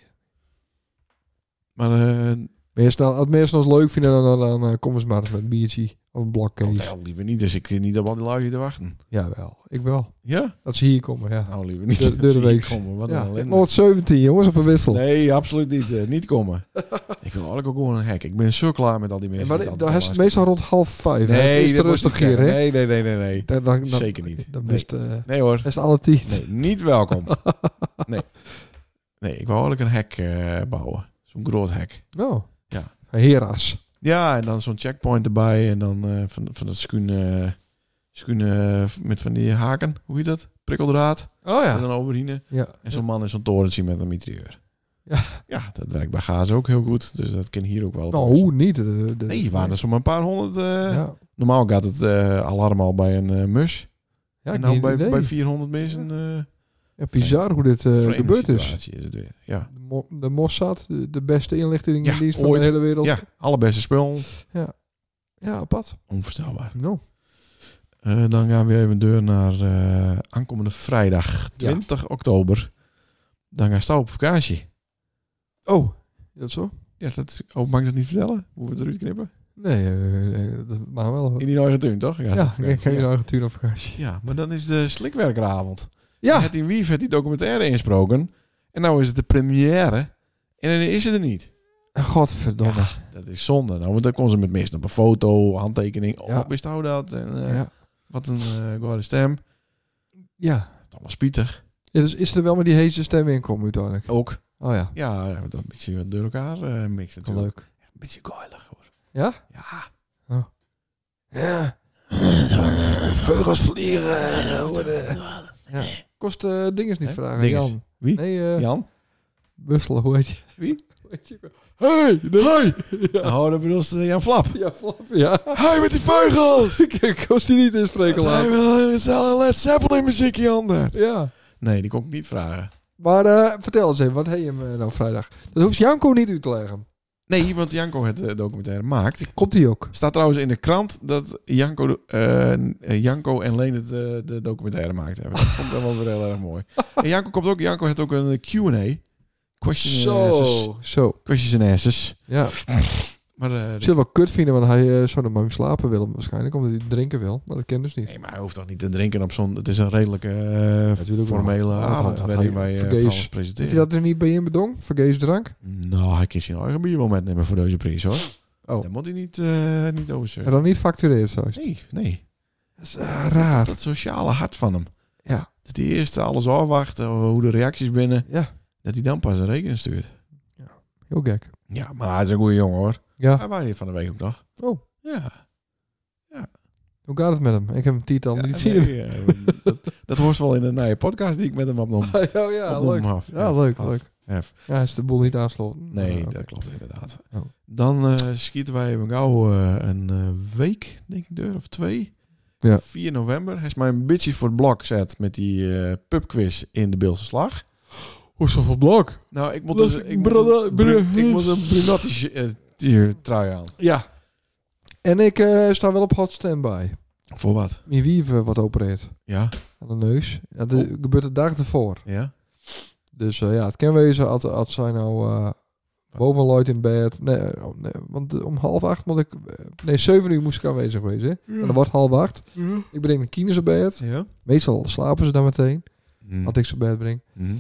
Speaker 2: Maar eh
Speaker 3: Meestal, als mensen ons leuk vinden, dan, dan, dan eh, kom eens maar eens met een biertje of een blok
Speaker 2: oh,
Speaker 3: cake.
Speaker 2: nou, liever niet. Dus ik zit niet op al die lui hier te wachten.
Speaker 3: Jawel, ik wel.
Speaker 2: Ja?
Speaker 3: Dat ze hier komen, ja.
Speaker 2: Nou, liever niet.
Speaker 3: De- de- de week.
Speaker 2: Komen, wat
Speaker 3: ja Oh,
Speaker 2: een ellende.
Speaker 3: 117 jongens op een wissel.
Speaker 2: Nee, absoluut niet. eh, niet komen. ik wil eigenlijk ook gewoon een hek. Ik ben zo klaar met al die mensen.
Speaker 3: maar
Speaker 2: die
Speaker 3: dit-
Speaker 2: altijd
Speaker 3: daar is het
Speaker 2: al
Speaker 3: meestal rond half vijf. hè?
Speaker 2: Nee,
Speaker 3: is het
Speaker 2: dat moet
Speaker 3: rustig
Speaker 2: niet
Speaker 3: hier, hè?
Speaker 2: zeggen. Nee, nee, nee, nee, nee.
Speaker 3: Dan, dan, dan-
Speaker 2: Zeker niet.
Speaker 3: Dan
Speaker 2: Nee.
Speaker 3: best, eh
Speaker 2: Nee hoor.
Speaker 3: best alle tien.
Speaker 2: Nee, niet welkom. Nee. Nee, ik wou eigenlijk een hek eh, bouwen. Zo'n groot hek.
Speaker 3: Oh.
Speaker 2: Ja.
Speaker 3: Hera's.
Speaker 2: Ja, en dan zo'n checkpoint erbij. En dan eh, van, van dat skuun... eh, skuun eh, met van die haken. Hoe heet dat? Prikkeldraad.
Speaker 3: Oh
Speaker 2: En
Speaker 3: ja.
Speaker 2: dan overheen.
Speaker 3: ja.
Speaker 2: En zo'n man in zo'n torentje met een mitrailleur.
Speaker 3: Ja.
Speaker 2: Ja, dat werkt bij Gaza ook heel goed. Dus dat kan hier ook wel.
Speaker 3: Nou, hoe niet? De, de-
Speaker 2: Nee, waren er zomaar een paar honderd. eh,
Speaker 3: Ja,
Speaker 2: Normaal gaat het eh, alarm al bij een eh, mus.
Speaker 3: ja
Speaker 2: en
Speaker 3: ik
Speaker 2: nou
Speaker 3: heb
Speaker 2: bij,
Speaker 3: geen idee.
Speaker 2: bij 400 mensen. eh
Speaker 3: Ja, bizar hoe dit eh,
Speaker 2: vreemde
Speaker 3: gebeurd is.
Speaker 2: situatie is het weer. Ja.
Speaker 3: De, Mo- de Mossad, de, de beste inlichtingendienst
Speaker 2: Ja,
Speaker 3: van
Speaker 2: ooit.
Speaker 3: de hele wereld.
Speaker 2: ja, allerbeste spul.
Speaker 3: Ja, apart.
Speaker 2: Onvoorstelbaar.
Speaker 3: Nou,
Speaker 2: Eh, dan gaan we even deur naar eh, aankomende vrijdag, 20 oktober. Dan ga Stouw op vakantie.
Speaker 3: Oh, is dat zo?
Speaker 2: Ja, dat, oh, mag ik dat niet vertellen? Moeten we het eruit knippen?
Speaker 3: Nee, eh, eh, dat mag wel.
Speaker 2: In Oh. die eigen tuin, toch?
Speaker 3: Ja,
Speaker 2: ze op
Speaker 3: ik
Speaker 2: vakantie,
Speaker 3: heb
Speaker 2: ja.
Speaker 3: een Argentinië op vakantie.
Speaker 2: Ja, maar dan is de slikwerkeravond.
Speaker 3: Ja,
Speaker 2: Het die Wief heeft die documentaire insproken. En nou is het de première. En dan is het er niet.
Speaker 3: godverdomme. Ja.
Speaker 2: Dat is zonde. Nou, want dan kon ze met mis op een foto, handtekening. Oh,
Speaker 3: Ja.
Speaker 2: ja. dat? En, eh,
Speaker 3: Ja.
Speaker 2: Wat een eh goede stem. Dat is allemaal spietig.
Speaker 3: dus is er wel met die heese stem in komen uiteindelijk?
Speaker 2: Ook.
Speaker 3: Oh ja,
Speaker 2: Ja, ja, dat een beetje wat door elkaar eh mixen natuurlijk.
Speaker 3: leuk.
Speaker 2: Een beetje goilig hoor.
Speaker 3: Ja?
Speaker 2: Ja.
Speaker 3: Ja.
Speaker 2: Vleugels vliegen.
Speaker 3: Kost eh dinges niet
Speaker 2: Hè?
Speaker 3: vragen,
Speaker 2: Dinges.
Speaker 3: Jan.
Speaker 2: Wie?
Speaker 3: Nee, eh
Speaker 2: Jan?
Speaker 3: Bussel, hoe heet je?
Speaker 2: Wie?
Speaker 3: Hey, dat-
Speaker 2: Hoi! Oh, dat bedoelt eh, Jan Flap.
Speaker 3: ja, flap, ja.
Speaker 2: Hoi met die vogels!
Speaker 3: Ik kost die niet in spreken
Speaker 2: Hij
Speaker 3: laten.
Speaker 2: wil hij wil Led Zeppelin muziek hieronder.
Speaker 3: Ja.
Speaker 2: Nee, die kon ik niet vragen.
Speaker 3: Maar eh, vertel eens even, wat heb je hem eh, nou vrijdag? Dat hoeft Janko niet uit te leggen.
Speaker 2: Nee, want Janko het eh, documentaire maakt.
Speaker 3: Komt hij ook?
Speaker 2: Staat trouwens in de krant dat Janko, de- eh, Janko en Leen het eh, de documentaire maakt hebben. Dat vond ik dan wel weer heel erg mooi. En Janko komt ook. Janko heeft ook een Q&A. Questions and answers.
Speaker 3: Zo. Zo.
Speaker 2: Questions and answers.
Speaker 3: Ja.
Speaker 2: Maar, eh,
Speaker 3: Ik zou het wel kut vinden, want hij eh, zou nog maar slapen willen waarschijnlijk. Omdat hij drinken wil. Maar dat kan dus niet.
Speaker 2: nee, maar hij hoeft toch niet te drinken op zo'n... Het is een redelijke eh,
Speaker 3: Natuurlijk wel. Ah,
Speaker 2: formele
Speaker 3: Dat had-
Speaker 2: avond
Speaker 3: had
Speaker 2: waarin
Speaker 3: hij
Speaker 2: wij eh, van
Speaker 3: vergees.
Speaker 2: alles
Speaker 3: Heeft
Speaker 2: presenteren.
Speaker 3: hij dat er niet bij in bedong? Vergees drank?
Speaker 2: Nou, hij kan zijn eigen bier wel metnemen voor deze prijs, hoor.
Speaker 3: Oh.
Speaker 2: Dan moet hij niet, eh niet over
Speaker 3: En dan niet factureert zoals.
Speaker 2: Nee, nee.
Speaker 3: Dat is eh, raar.
Speaker 2: Dat sociale hart van hem.
Speaker 3: Ja.
Speaker 2: Dat hij eerst alles afwacht, eh, hoe de reacties binnen.
Speaker 3: Ja,
Speaker 2: Dat hij dan pas een rekening stuurt.
Speaker 3: heel gek.
Speaker 2: Ja, maar hij is een goede jongen, hoor.
Speaker 3: Ja,
Speaker 2: Hij was hier van de week ook nog.
Speaker 3: Oh.
Speaker 2: Ja.
Speaker 3: hoe gaat het met hem? Ik heb hem titel
Speaker 2: Ja,
Speaker 3: niet
Speaker 2: nee,
Speaker 3: zien.
Speaker 2: eh, dat, dat hoort wel in de nieuwe podcast die ik met hem opnam.
Speaker 3: oh ja,
Speaker 2: opnam
Speaker 3: leuk.
Speaker 2: Af,
Speaker 3: Ja,
Speaker 2: af,
Speaker 3: leuk,
Speaker 2: af.
Speaker 3: leuk.
Speaker 2: Hef.
Speaker 3: Ja, is de boel niet aansloten.
Speaker 2: Nee,
Speaker 3: Ah, oké.
Speaker 2: dat klopt inderdaad.
Speaker 3: Oh.
Speaker 2: Dan eh, schieten wij hem gauw eh, een eh, week, denk ik, deur of twee.
Speaker 3: Ja.
Speaker 2: 4 november. Hij is maar een beetje voor het blok gezet met die eh pubquiz in de Beelse Slag.
Speaker 3: Hoe is zoveel blok?
Speaker 2: Nou, ik moet
Speaker 3: Los-
Speaker 2: een, ik moet
Speaker 3: brada-
Speaker 2: een, bru-
Speaker 3: bru-
Speaker 2: ik moet een Brunatti eh, tier- trui aan.
Speaker 3: Ja. En ik eh, sta wel op hot standby.
Speaker 2: Voor wat?
Speaker 3: Mijn wief eh, wordt opereert
Speaker 2: Ja,
Speaker 3: aan de neus. Ja, dat
Speaker 2: Oh.
Speaker 3: gebeurt de dag ervoor.
Speaker 2: ja.
Speaker 3: Dus eh, ja, het kan wezen als, als zij nou eh bovenluid in bed. Nee, oh, nee, want om half acht moet ik... eh, Nee, zeven uur moest ik aanwezig wezen. hè. En dan wordt half acht. Ik breng de kines op bed.
Speaker 2: Ja.
Speaker 3: Meestal slapen ze dan meteen.
Speaker 2: Mm.
Speaker 3: Wat ik ze op bed breng.
Speaker 2: Mm.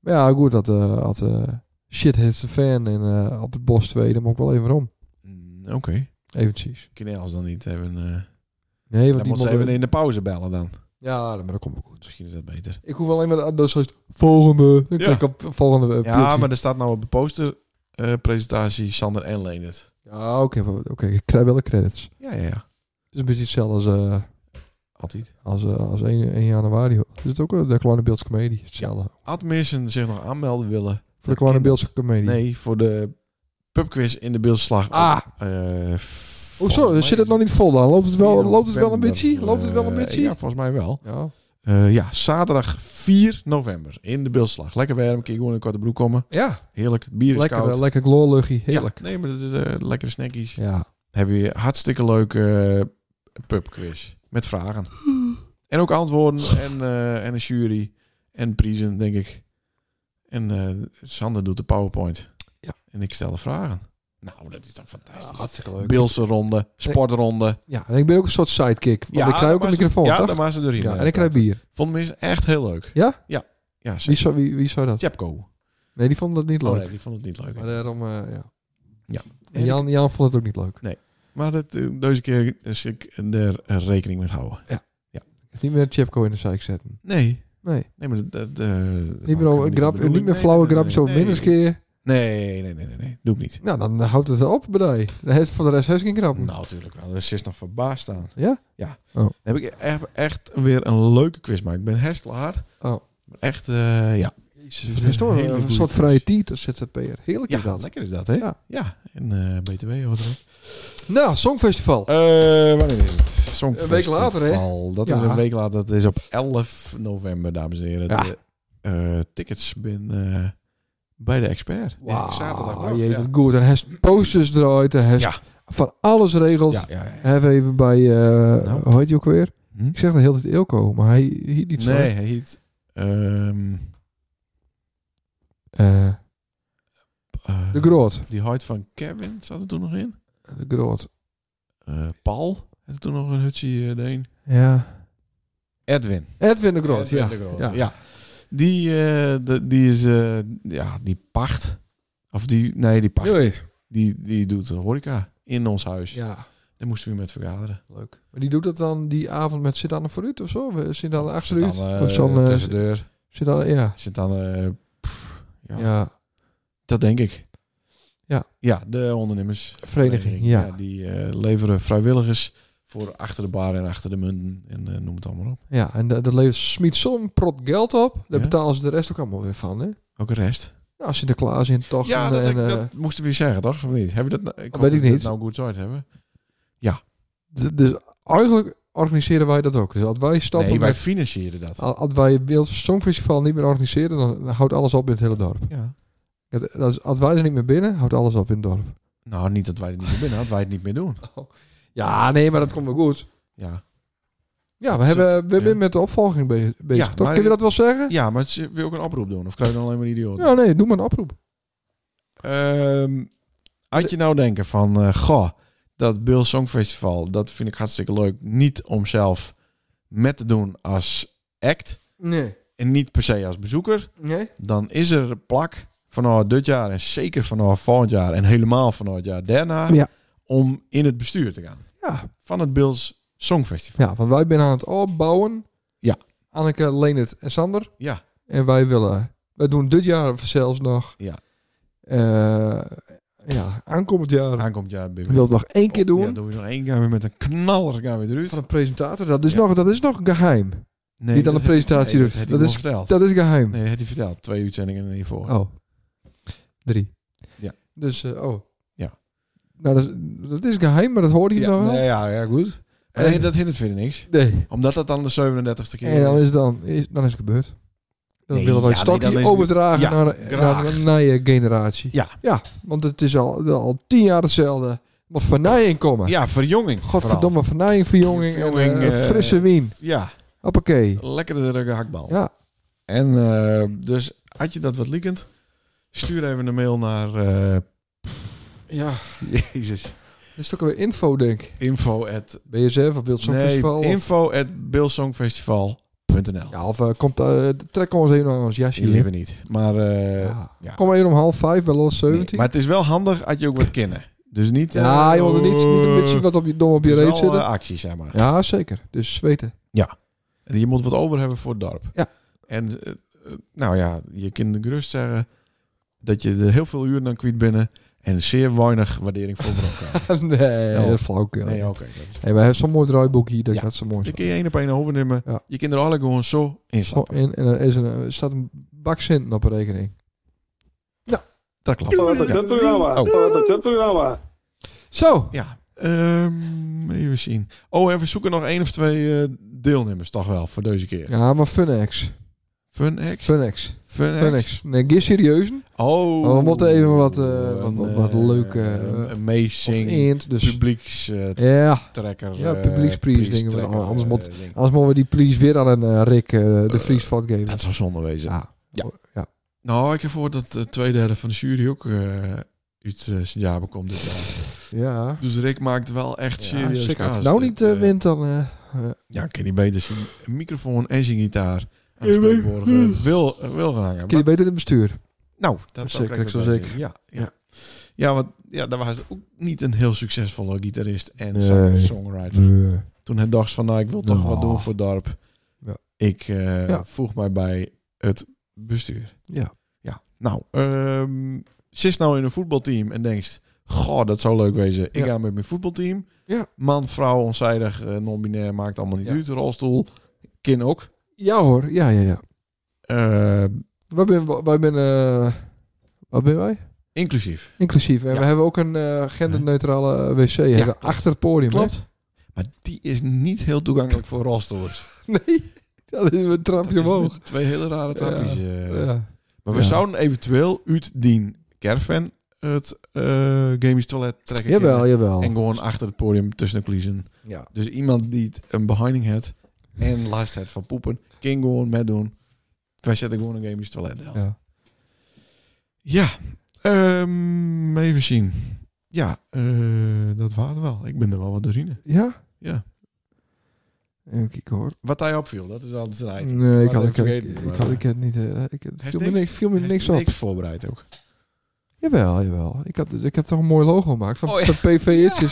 Speaker 3: Maar ja, goed, dat eh, had, eh, shit hits the fan en eh, op het bos 2, dan moet ik wel even om.
Speaker 2: Mm, Oké.
Speaker 3: Eventjes.
Speaker 2: Okay. als dan niet hebben. eh dan
Speaker 3: Nee, want die
Speaker 2: moet ze
Speaker 3: moet...
Speaker 2: even in de pauze bellen dan.
Speaker 3: Ja, maar dat komt wel goed.
Speaker 2: Misschien is dat beter.
Speaker 3: Ik hoef alleen maar... ah, Dat is juist volgende. Ik
Speaker 2: Ja.
Speaker 3: klik op volgende eh,
Speaker 2: Ja,
Speaker 3: plekje.
Speaker 2: maar er staat nou op de poster eh, presentatie Sander en Leendert.
Speaker 3: Ja, oké. maar- oké, ik krijg wel de credits. Het
Speaker 2: Ja, ja, ja.
Speaker 3: is een beetje hetzelfde als... eh,
Speaker 2: Altijd.
Speaker 3: als, eh, als 1, 1 januari. Het is ook eh, de kleine beeldse comedie. Hetzelfde.
Speaker 2: Admissen zich nog aanmelden willen.
Speaker 3: Voor de kleine
Speaker 2: Kinder-
Speaker 3: beeldse comedie.
Speaker 2: Nee, voor de pubquiz in de Beeldslag. eh,
Speaker 3: Ah, oh, sorry. Zit het nog niet vol dan? Loopt het wel, loopt het wel een beetje? Loopt het wel een beetje?
Speaker 2: Eh, ja, volgens mij wel.
Speaker 3: Ja.
Speaker 2: Eh, ja, zaterdag 4 november in de Beeldslag. Lekker warm, kun je gewoon in een korte broek komen.
Speaker 3: Ja,
Speaker 2: Heerlijk, het bier is
Speaker 3: lekker,
Speaker 2: koud.
Speaker 3: eh, lekker glorluchie. Heerlijk.
Speaker 2: Ja, nee, maar dat is eh, lekkere snackies.
Speaker 3: Ja.
Speaker 2: Hebben we een hartstikke leuke eh, pubquiz met vragen. En ook antwoorden en, eh, en een jury en prijzen, denk ik. En eh, Sander doet de PowerPoint.
Speaker 3: Ja.
Speaker 2: En ik stel de vragen. Nou, dat is dan fantastisch.
Speaker 3: hartstikke leuk.
Speaker 2: Beelse ronde, sportronde.
Speaker 3: Ja, en ik ben ook een soort sidekick. Want ik krijg ook een
Speaker 2: daar was-
Speaker 3: microfoon,
Speaker 2: Ja,
Speaker 3: toch?
Speaker 2: daar waren ze doorheen.
Speaker 3: Ja,
Speaker 2: eh,
Speaker 3: en ik krijg bier.
Speaker 2: Vond me eens echt heel leuk.
Speaker 3: Ja?
Speaker 2: Ja. Ja,
Speaker 3: Wie
Speaker 2: zeker.
Speaker 3: zou, wie, wie zou dat?
Speaker 2: Tjepko.
Speaker 3: Nee, die vond dat niet
Speaker 2: Oh,
Speaker 3: leuk.
Speaker 2: nee, die vond het niet leuk.
Speaker 3: Maar daarom, eh, ja.
Speaker 2: Ja.
Speaker 3: En Jan, Jan vond het ook niet leuk.
Speaker 2: Maar dat, eh, deze keer is ik er eh, rekening mee houden.
Speaker 3: Niet meer Chipko in de zeik zetten.
Speaker 2: Nee,
Speaker 3: Nee.
Speaker 2: Nee, maar dat... dat eh, dat
Speaker 3: Niet meer,
Speaker 2: ook
Speaker 3: over
Speaker 2: de
Speaker 3: grap, niet
Speaker 2: bedoeling.
Speaker 3: meer
Speaker 2: Nee,
Speaker 3: flauwe
Speaker 2: nee,
Speaker 3: grapjes
Speaker 2: nee,
Speaker 3: over
Speaker 2: nee,
Speaker 3: minneskeer.
Speaker 2: Nee, nee, nee, nee, nee. Doe ik niet.
Speaker 3: Nou, dan houdt het op, bedij. Dan heeft voor de rest heus geen grap.
Speaker 2: Nou, natuurlijk wel. Dus ze is nog verbaasd aan.
Speaker 3: Ja?
Speaker 2: Ja.
Speaker 3: Oh.
Speaker 2: Dan heb ik echt, echt weer een leuke quiz, maar ik ben herst klaar.
Speaker 3: Oh.
Speaker 2: Echt, eh, ja.
Speaker 3: Het is toch
Speaker 2: Hele
Speaker 3: een,
Speaker 2: goeie
Speaker 3: soort
Speaker 2: quiz.
Speaker 3: vrije tiet als ZZP'er. Heerlijk
Speaker 2: Ja,
Speaker 3: is dat.
Speaker 2: lekker is dat, hè?
Speaker 3: Ja.
Speaker 2: en eh, BTW hoor er ook.
Speaker 3: Nou, Songfestival.
Speaker 2: Eh, wanneer is het? Songfestival.
Speaker 3: Een week later,
Speaker 2: Dat
Speaker 3: Ja.
Speaker 2: is een week later. Dat is op 11 november, dames en heren.
Speaker 3: Ja.
Speaker 2: De eh, tickets ben, eh, bij de expert.
Speaker 3: Wauw,
Speaker 2: Zaterdag.
Speaker 3: jezus, wat goed. En hij heeft posters eruit. En hij heeft
Speaker 2: Ja.
Speaker 3: van alles regeld.
Speaker 2: Ja, ja, ja. ja.
Speaker 3: Hebben we even bij, eh
Speaker 2: Nou.
Speaker 3: hoe heet hij ook weer?
Speaker 2: Hm?
Speaker 3: Ik zeg de hele tijd Ilko, maar hij hiet niet zo.
Speaker 2: Nee, hij heet... ehm,
Speaker 3: Eh,
Speaker 2: eh,
Speaker 3: de Groot.
Speaker 2: Die huid van Kevin zat er toen nog in.
Speaker 3: De Groot.
Speaker 2: Eh, Paul had er toen nog een hutje eh deen.
Speaker 3: Ja.
Speaker 2: Edwin.
Speaker 3: Edwin de Groot,
Speaker 2: Edwin
Speaker 3: ja.
Speaker 2: de Groot,
Speaker 3: ja.
Speaker 2: ja. Die, eh, de- die is... eh, ja, die pacht. Of die... Nee, die pacht.
Speaker 3: Joey.
Speaker 2: Die, die doet horeca in ons huis.
Speaker 3: Ja,
Speaker 2: Daar moesten we met vergaderen.
Speaker 3: leuk. Maar die doet dat dan die avond met zit aan de vooruit of zo? We- Zit aan de
Speaker 2: Zit
Speaker 3: achteruit?
Speaker 2: dan eh,
Speaker 3: of zo'n... eh,
Speaker 2: tussen deur.
Speaker 3: zit aan, ja.
Speaker 2: Zit dan... eh, pff, ja,
Speaker 3: Ja.
Speaker 2: Dat denk ik.
Speaker 3: Ja.
Speaker 2: Ja, de ondernemers.
Speaker 3: Vereniging, ja.
Speaker 2: die eh, leveren vrijwilligers voor achter de bar en achter de munten. En eh, noem het allemaal op.
Speaker 3: Ja, en dat, dat levert Smit zo'n prot geld op. Daar
Speaker 2: Ja.
Speaker 3: betalen ze de rest ook allemaal weer van, hè?
Speaker 2: Ook de rest.
Speaker 3: Ja, Sinterklaas in toch.
Speaker 2: Ja,
Speaker 3: en,
Speaker 2: dat,
Speaker 3: en,
Speaker 2: ik-
Speaker 3: eh,
Speaker 2: dat moesten we zeggen, toch? Of niet? Hebben we dat, nou- ik
Speaker 3: Dat
Speaker 2: hoop
Speaker 3: weet ik
Speaker 2: dat we
Speaker 3: niet.
Speaker 2: dat nou goed zoiets hebben.
Speaker 3: d- dus eigenlijk organiseren wij dat ook. Dus als wij stoppen
Speaker 2: nee, wij
Speaker 3: met-
Speaker 2: financieren dat.
Speaker 3: al- als wij het Wereld Songfestival niet meer organiseren, dan, dan houdt alles op in het hele dorp.
Speaker 2: Ja.
Speaker 3: Het- dat is- als wij er niet meer binnen, houdt alles op in het dorp.
Speaker 2: Nou, niet dat wij er niet meer binnen, dat wij het niet meer doen.
Speaker 3: Ja, nee, maar dat komt wel goed.
Speaker 2: Ja,
Speaker 3: Ja, we,
Speaker 2: Is
Speaker 3: hebben,
Speaker 2: het-
Speaker 3: we zijn
Speaker 2: ja.
Speaker 3: met de opvolging be- bezig,
Speaker 2: Ja,
Speaker 3: toch?
Speaker 2: maar-
Speaker 3: Kun je dat wel zeggen?
Speaker 2: ja maar ze- wil je ook een oproep doen? Of krijg je dan alleen maar idioot?
Speaker 3: Ja, nee, doe maar een oproep.
Speaker 2: Ehm, had je nou denken van, eh, goh, dat Bill Songfestival, dat vind ik hartstikke leuk. Niet om zelf met te doen als act
Speaker 3: Nee.
Speaker 2: en niet per se als bezoeker.
Speaker 3: Nee?
Speaker 2: Dan is er een plak vanaf dit jaar en zeker vanaf volgend jaar en helemaal vanaf het jaar daarna
Speaker 3: Ja.
Speaker 2: om in het bestuur te gaan
Speaker 3: Ja.
Speaker 2: van het Bills Songfestival.
Speaker 3: ja, want wij zijn aan het opbouwen.
Speaker 2: Ja.
Speaker 3: Anneke, Leendert en Sander.
Speaker 2: Ja.
Speaker 3: En wij willen... We doen dit jaar zelfs nog...
Speaker 2: Ja.
Speaker 3: eh, ja, aankomend jaar...
Speaker 2: Aankomend jaar ben je
Speaker 3: We willen het nog één keer doen.
Speaker 2: Ja, doen we nog één keer weer met een knaller gaan we eruit.
Speaker 3: Van een presentator. Dat is,
Speaker 2: Ja.
Speaker 3: nog, dat is nog geheim.
Speaker 2: Nee,
Speaker 3: die dan
Speaker 2: dat
Speaker 3: de
Speaker 2: heeft-
Speaker 3: presentatie
Speaker 2: nee,
Speaker 3: doet.
Speaker 2: Dat,
Speaker 3: Dat
Speaker 2: is
Speaker 3: is-
Speaker 2: verteld.
Speaker 3: Dat is geheim.
Speaker 2: Nee, dat heeft hij verteld. Twee uitzendingen hiervoor.
Speaker 3: Oh. Drie.
Speaker 2: Ja.
Speaker 3: Dus, eh, oh.
Speaker 2: Ja.
Speaker 3: Nou, dat is, dat is geheim, maar dat hoorde je nog
Speaker 2: ja,
Speaker 3: wel.
Speaker 2: nee, ja, ja, goed.
Speaker 3: En-
Speaker 2: Nee, dat hindert verder niks.
Speaker 3: nee.
Speaker 2: Omdat dat dan de 37ste keer
Speaker 3: En dan is, dan, is, dan is het gebeurd. Dan
Speaker 2: Nee,
Speaker 3: willen wij
Speaker 2: ja,
Speaker 3: het stokje
Speaker 2: nee, dan is het-
Speaker 3: overdragen
Speaker 2: Ja,
Speaker 3: naar, de-
Speaker 2: graag.
Speaker 3: naar de nieuwe generatie.
Speaker 2: Ja.
Speaker 3: Ja, want het is al, al tien jaar hetzelfde. Moet vernijing komen.
Speaker 2: Ja, verjonging.
Speaker 3: Godverdomme, vernijing, verjonging,
Speaker 2: Verjonging,
Speaker 3: en, eh,
Speaker 2: eh,
Speaker 3: frisse wien.
Speaker 2: vooral. Ja,
Speaker 3: Hoppakee.
Speaker 2: lekkerdere hakbal.
Speaker 3: Ja.
Speaker 2: En eh, dus had je dat wat liekend? Stuur even een mail naar eh,
Speaker 3: Ja,
Speaker 2: Jezus.
Speaker 3: dat is toch weer info, denk ik.
Speaker 2: info at
Speaker 3: BSF of Beeld
Speaker 2: nee,
Speaker 3: Songfestival. of-
Speaker 2: info at billsongfestival.nl.
Speaker 3: Ja, of eh, komt, eh, trek ons even aan ons jasje.
Speaker 2: Die
Speaker 3: hè.
Speaker 2: hebben we niet. Maar, eh,
Speaker 3: Ja.
Speaker 2: ja.
Speaker 3: Kom maar even om half vijf bij Los
Speaker 2: nee.
Speaker 3: 17.
Speaker 2: maar het is wel handig als je ook wat kennen. Dus niet... eh,
Speaker 3: ja, je moet er niet, niet een beetje
Speaker 2: eh,
Speaker 3: wat op je, dom op
Speaker 2: het
Speaker 3: je
Speaker 2: is
Speaker 3: reet
Speaker 2: wel,
Speaker 3: zitten.
Speaker 2: eh, actie, zeg maar.
Speaker 3: ja, zeker. Dus zweten.
Speaker 2: En Je moet wat over hebben voor het dorp.
Speaker 3: Ja.
Speaker 2: En eh, eh, nou ja, je kunt gerust zeggen dat je er heel veel uren aan kwijt binnen en zeer weinig waardering voor elkaar.
Speaker 3: nee,
Speaker 2: Ja.
Speaker 3: dat is flauwkul.
Speaker 2: nee,
Speaker 3: Nee,
Speaker 2: oké. dat is-
Speaker 3: we hebben zo'n mooi draaiboek hier. Dat
Speaker 2: Ja.
Speaker 3: gaat zo mooi
Speaker 2: Je Dus kun je één op één overnemen.
Speaker 3: Ja.
Speaker 2: Je kunt er alle gewoon zo in
Speaker 3: zijn.
Speaker 2: stappen.
Speaker 3: Oh, en, en er is een, er staat een bak centen op een rekening.
Speaker 2: Dat klopt. Ja.
Speaker 3: Zo.
Speaker 2: ja. Ehm, even zien. Oh, en we zoeken nog één of twee eh, deelnemers toch wel voor deze keer.
Speaker 3: Ja, maar Funex.
Speaker 2: Funex?
Speaker 3: Funex.
Speaker 2: Funex?
Speaker 3: Funex. Nee, geer serieuzen.
Speaker 2: Oh.
Speaker 3: We moeten even wat, eh, wat- wat- wat
Speaker 2: eh,
Speaker 3: leuke,
Speaker 2: een
Speaker 3: eh, Tot
Speaker 2: amazing
Speaker 3: eind. Dus
Speaker 2: publiekstrekker.
Speaker 3: ja, Ja,
Speaker 2: eh,
Speaker 3: publieksprijs dingen, want
Speaker 2: prijstrekker,
Speaker 3: anders
Speaker 2: eh,
Speaker 3: moet-
Speaker 2: ding.
Speaker 3: anders moeten we die please weer aan een eh, Rick eh, de Vries vat geven.
Speaker 2: Dat zou zonde wezen.
Speaker 3: ja.
Speaker 2: Ja.
Speaker 3: Ah, oh, ja.
Speaker 2: Nou, ik heb gehoord dat de twee derde van de jury ook eh, uit eh, Sint-Jabe komt. dit jaar.
Speaker 3: Ja.
Speaker 2: Dus Rick maakt wel echt serieus
Speaker 3: zeker. Als
Speaker 2: kaas.
Speaker 3: het nou
Speaker 2: Dit,
Speaker 3: niet eh,
Speaker 2: eh,
Speaker 3: wint, dan... eh,
Speaker 2: Ja, kan hij beter zijn microfoon en zijn gitaar aan zijn spreekwoord, eh, wil, eh, wil gaan hangen.
Speaker 3: kun je
Speaker 2: Maar-
Speaker 3: beter in het bestuur.
Speaker 2: nou, dat
Speaker 3: zeker,
Speaker 2: zou ik
Speaker 3: ik zou
Speaker 2: wel
Speaker 3: zeker.
Speaker 2: zien. Ja, ja.
Speaker 3: Ja.
Speaker 2: ja, want ja, daar was ook niet een heel succesvolle gitarist en
Speaker 3: Nee.
Speaker 2: zanger- songwriter. Toen hij dacht van, nou, ik wil toch
Speaker 3: Nou.
Speaker 2: wat doen voor het dorp.
Speaker 3: Ja.
Speaker 2: Ik eh,
Speaker 3: Ja.
Speaker 2: voeg mij bij het bestuur.
Speaker 3: Ja.
Speaker 2: Ja, nou, ehm, zit nou in een voetbalteam en denkt, goh, dat zou leuk wezen. Ik
Speaker 3: Ja.
Speaker 2: ga met mijn voetbalteam.
Speaker 3: Ja.
Speaker 2: Man, vrouw, onzijdig, eh, non-binair, maakt allemaal niet
Speaker 3: Ja.
Speaker 2: uit. Rolstoel, kin ook.
Speaker 3: Ja hoor, ja, ja, ja.
Speaker 2: Eh,
Speaker 3: Wij ben, wij ben, eh, wat ben wij?
Speaker 2: inclusief.
Speaker 3: Inclusief. En
Speaker 2: Ja.
Speaker 3: we hebben ook een eh, genderneutrale eh, wc hebben
Speaker 2: klopt.
Speaker 3: achter het podium. hè?
Speaker 2: Klopt. Maar die is niet heel toegankelijk voor rolstoelers.
Speaker 3: Nee, dat is een
Speaker 2: Dat
Speaker 3: trapje
Speaker 2: is
Speaker 3: omhoog.
Speaker 2: met twee hele rare trappies. eh.
Speaker 3: Ja.
Speaker 2: Maar we
Speaker 3: Ja.
Speaker 2: zouden eventueel uit die caravan het eh games toilet trekken.
Speaker 3: Jawel,
Speaker 2: kunnen.
Speaker 3: jawel.
Speaker 2: En gewoon achter het podium tussen de coulissen.
Speaker 3: Ja.
Speaker 2: Dus iemand die het een behinding had en last had van poepen, ging gewoon meedoen. Wij zetten gewoon een game in het toilet. Ja,
Speaker 3: Ja.
Speaker 2: ehm, even zien. Ja, eh, dat was het wel. Ik ben er wel wat doorheen.
Speaker 3: ja?
Speaker 2: Ja.
Speaker 3: Even kijken hoor.
Speaker 2: Wat hij opviel, dat is altijd een item.
Speaker 3: Nee, ik
Speaker 2: had
Speaker 3: had,
Speaker 2: ik
Speaker 3: ik, ik,
Speaker 2: vergeten,
Speaker 3: ik
Speaker 2: maar-
Speaker 3: had ik het niet. eh, ik, het
Speaker 2: Heeft
Speaker 3: Mm, viel, me
Speaker 2: niks-
Speaker 3: niks, viel me
Speaker 2: Hij
Speaker 3: niks
Speaker 2: heeft
Speaker 3: op.
Speaker 2: niks voorbereid ook.
Speaker 3: Jawel, jawel. Ik heb, ik heb toch een mooi logo gemaakt van,
Speaker 2: Oh, ja.
Speaker 3: van PV'tjes.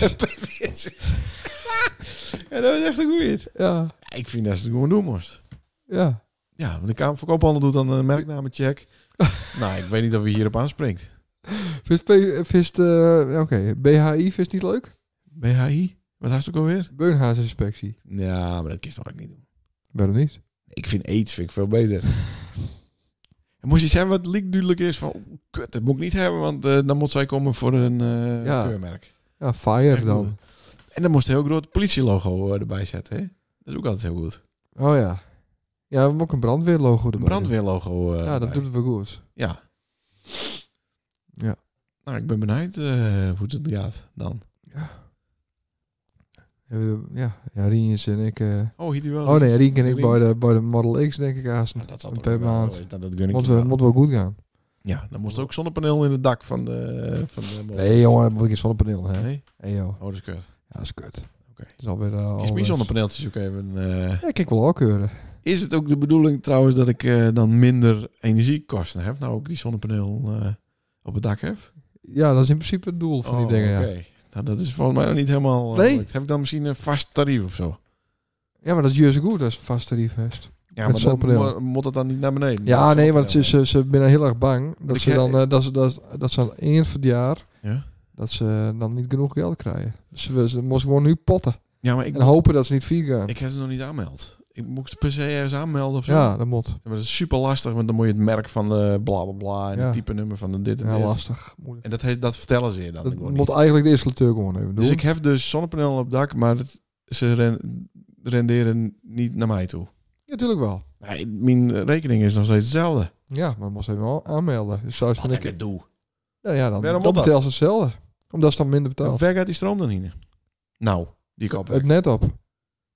Speaker 2: ja, dat is echt een goeie.
Speaker 3: Ja.
Speaker 2: Ik vind dat ze het gewoon doen moest.
Speaker 3: ja.
Speaker 2: Ja, want de Kamer van Koophandel doet dan een merknamencheck. nou, ik weet niet of we hierop aanspringt.
Speaker 3: Vist, P- vist eh, oké, BHI vist niet leuk?
Speaker 2: BHI? Wat was het ook alweer?
Speaker 3: Beunhaasinspectie.
Speaker 2: Ja, maar dat kist toch ook niet doen.
Speaker 3: Waarom niet?
Speaker 2: Ik vind aids vind ik veel beter. Er moest iets zijn wat liek duidelijk is van... oh, Kut, dat moet ik niet hebben, want eh, dan moet zij komen voor een eh,
Speaker 3: Ja.
Speaker 2: keurmerk.
Speaker 3: Ja, fire
Speaker 2: Echt
Speaker 3: dan.
Speaker 2: moeilijk. En dan moest een heel groot politielogo eh, erbij zetten. Hè? Dat is ook altijd heel goed.
Speaker 3: Oh ja. Ja, we hebben ook een brandweerlogo erbij.
Speaker 2: Een brandweerlogo. eh,
Speaker 3: Ja,
Speaker 2: erbij.
Speaker 3: dat doet het wel goed.
Speaker 2: Ja.
Speaker 3: Ja.
Speaker 2: Nou, ik ben benieuwd eh, hoe het gaat dan.
Speaker 3: Eh, Ja, ja Rienjes en ik... eh,
Speaker 2: Oh, hier die wel.
Speaker 3: Oh nee, Rien en ik
Speaker 2: Rien.
Speaker 3: bij de, bij de Model X denk ik haast
Speaker 2: Nou, dat zal
Speaker 3: een
Speaker 2: toch
Speaker 3: per
Speaker 2: wel-
Speaker 3: maand.
Speaker 2: Dat, dat gun ik
Speaker 3: Moet
Speaker 2: je
Speaker 3: wel,
Speaker 2: wel.
Speaker 3: moet wel goed gaan.
Speaker 2: Ja, dan moest er ook zonnepaneel in het dak van de... Van de
Speaker 3: Nee jongen, moet ik een zonnepaneel hè?
Speaker 2: Nee?
Speaker 3: Hey joh,
Speaker 2: Oh, dat is kut.
Speaker 3: ja dat is kut.
Speaker 2: Oké.
Speaker 3: Dat is alweer... eh,
Speaker 2: Kies
Speaker 3: alweer-
Speaker 2: mijn zonnepaneeltjes ook even. eh.
Speaker 3: Ja, ik kijk wel ook keuren.
Speaker 2: Is het ook de bedoeling trouwens dat ik eh, dan minder energiekosten heb? Nou, ook die zonnepaneel eh, op het dak heb? Oh,
Speaker 3: Ja, dat is in principe het doel van die dingen ja.
Speaker 2: oké. Nou, dat is volgens mij nog niet helemaal... eh,
Speaker 3: Nee.
Speaker 2: gelukt. Heb ik dan misschien een vast tarief of zo?
Speaker 3: Ja, maar dat is juist goed, dat is een vast tarief heeft.
Speaker 2: Ja,
Speaker 3: Met
Speaker 2: maar dan
Speaker 3: zonnepaneel.
Speaker 2: mo- moet het dan niet naar beneden?
Speaker 3: Ja,
Speaker 2: Dat
Speaker 3: nee, want ze,
Speaker 2: zonnepaneel.
Speaker 3: ze, ze zijn heel erg bang dat
Speaker 2: ik
Speaker 3: ze
Speaker 2: heb-
Speaker 3: dan eh, dat ze, dat, ze- dat ze aan het eind van het jaar
Speaker 2: Ja?
Speaker 3: dat ze dan niet genoeg geld krijgen. Dus ze, ze moesten gewoon nu potten
Speaker 2: Ja, maar ik,
Speaker 3: en hopen dat ze niet vier gaan.
Speaker 2: ik heb ze nog niet aanmeld. Ik moest ze per se ergens aanmelden of zo.
Speaker 3: ja, dat moet.
Speaker 2: Maar dat is super lastig, want dan moet je het merk van de bla bla bla en
Speaker 3: Ja.
Speaker 2: het type nummer van de dit en
Speaker 3: Ja,
Speaker 2: dit.
Speaker 3: lastig. Moeilijk.
Speaker 2: En dat, he- dat vertellen ze je dan.
Speaker 3: Dat
Speaker 2: gewoon
Speaker 3: moet
Speaker 2: niet.
Speaker 3: eigenlijk de installateur gewoon even doen.
Speaker 2: Dus ik heb dus zonnepanelen op het dak, maar het- ze ren- renderen niet naar mij toe.
Speaker 3: Ja, tuurlijk wel.
Speaker 2: Maar ik- Mijn rekening is nog steeds hetzelfde.
Speaker 3: Ja, maar dat moest even aan- aanmelden. Dus zelfs van ik,
Speaker 2: doe.
Speaker 3: ja, ja, dan,
Speaker 2: Waarom
Speaker 3: dan
Speaker 2: moet dat?
Speaker 3: betalen ze hetzelfde. Omdat ze dan minder betaalt.
Speaker 2: Ver gaat die stroom dan in? Nou, die kop.
Speaker 3: Het
Speaker 2: En
Speaker 3: net op.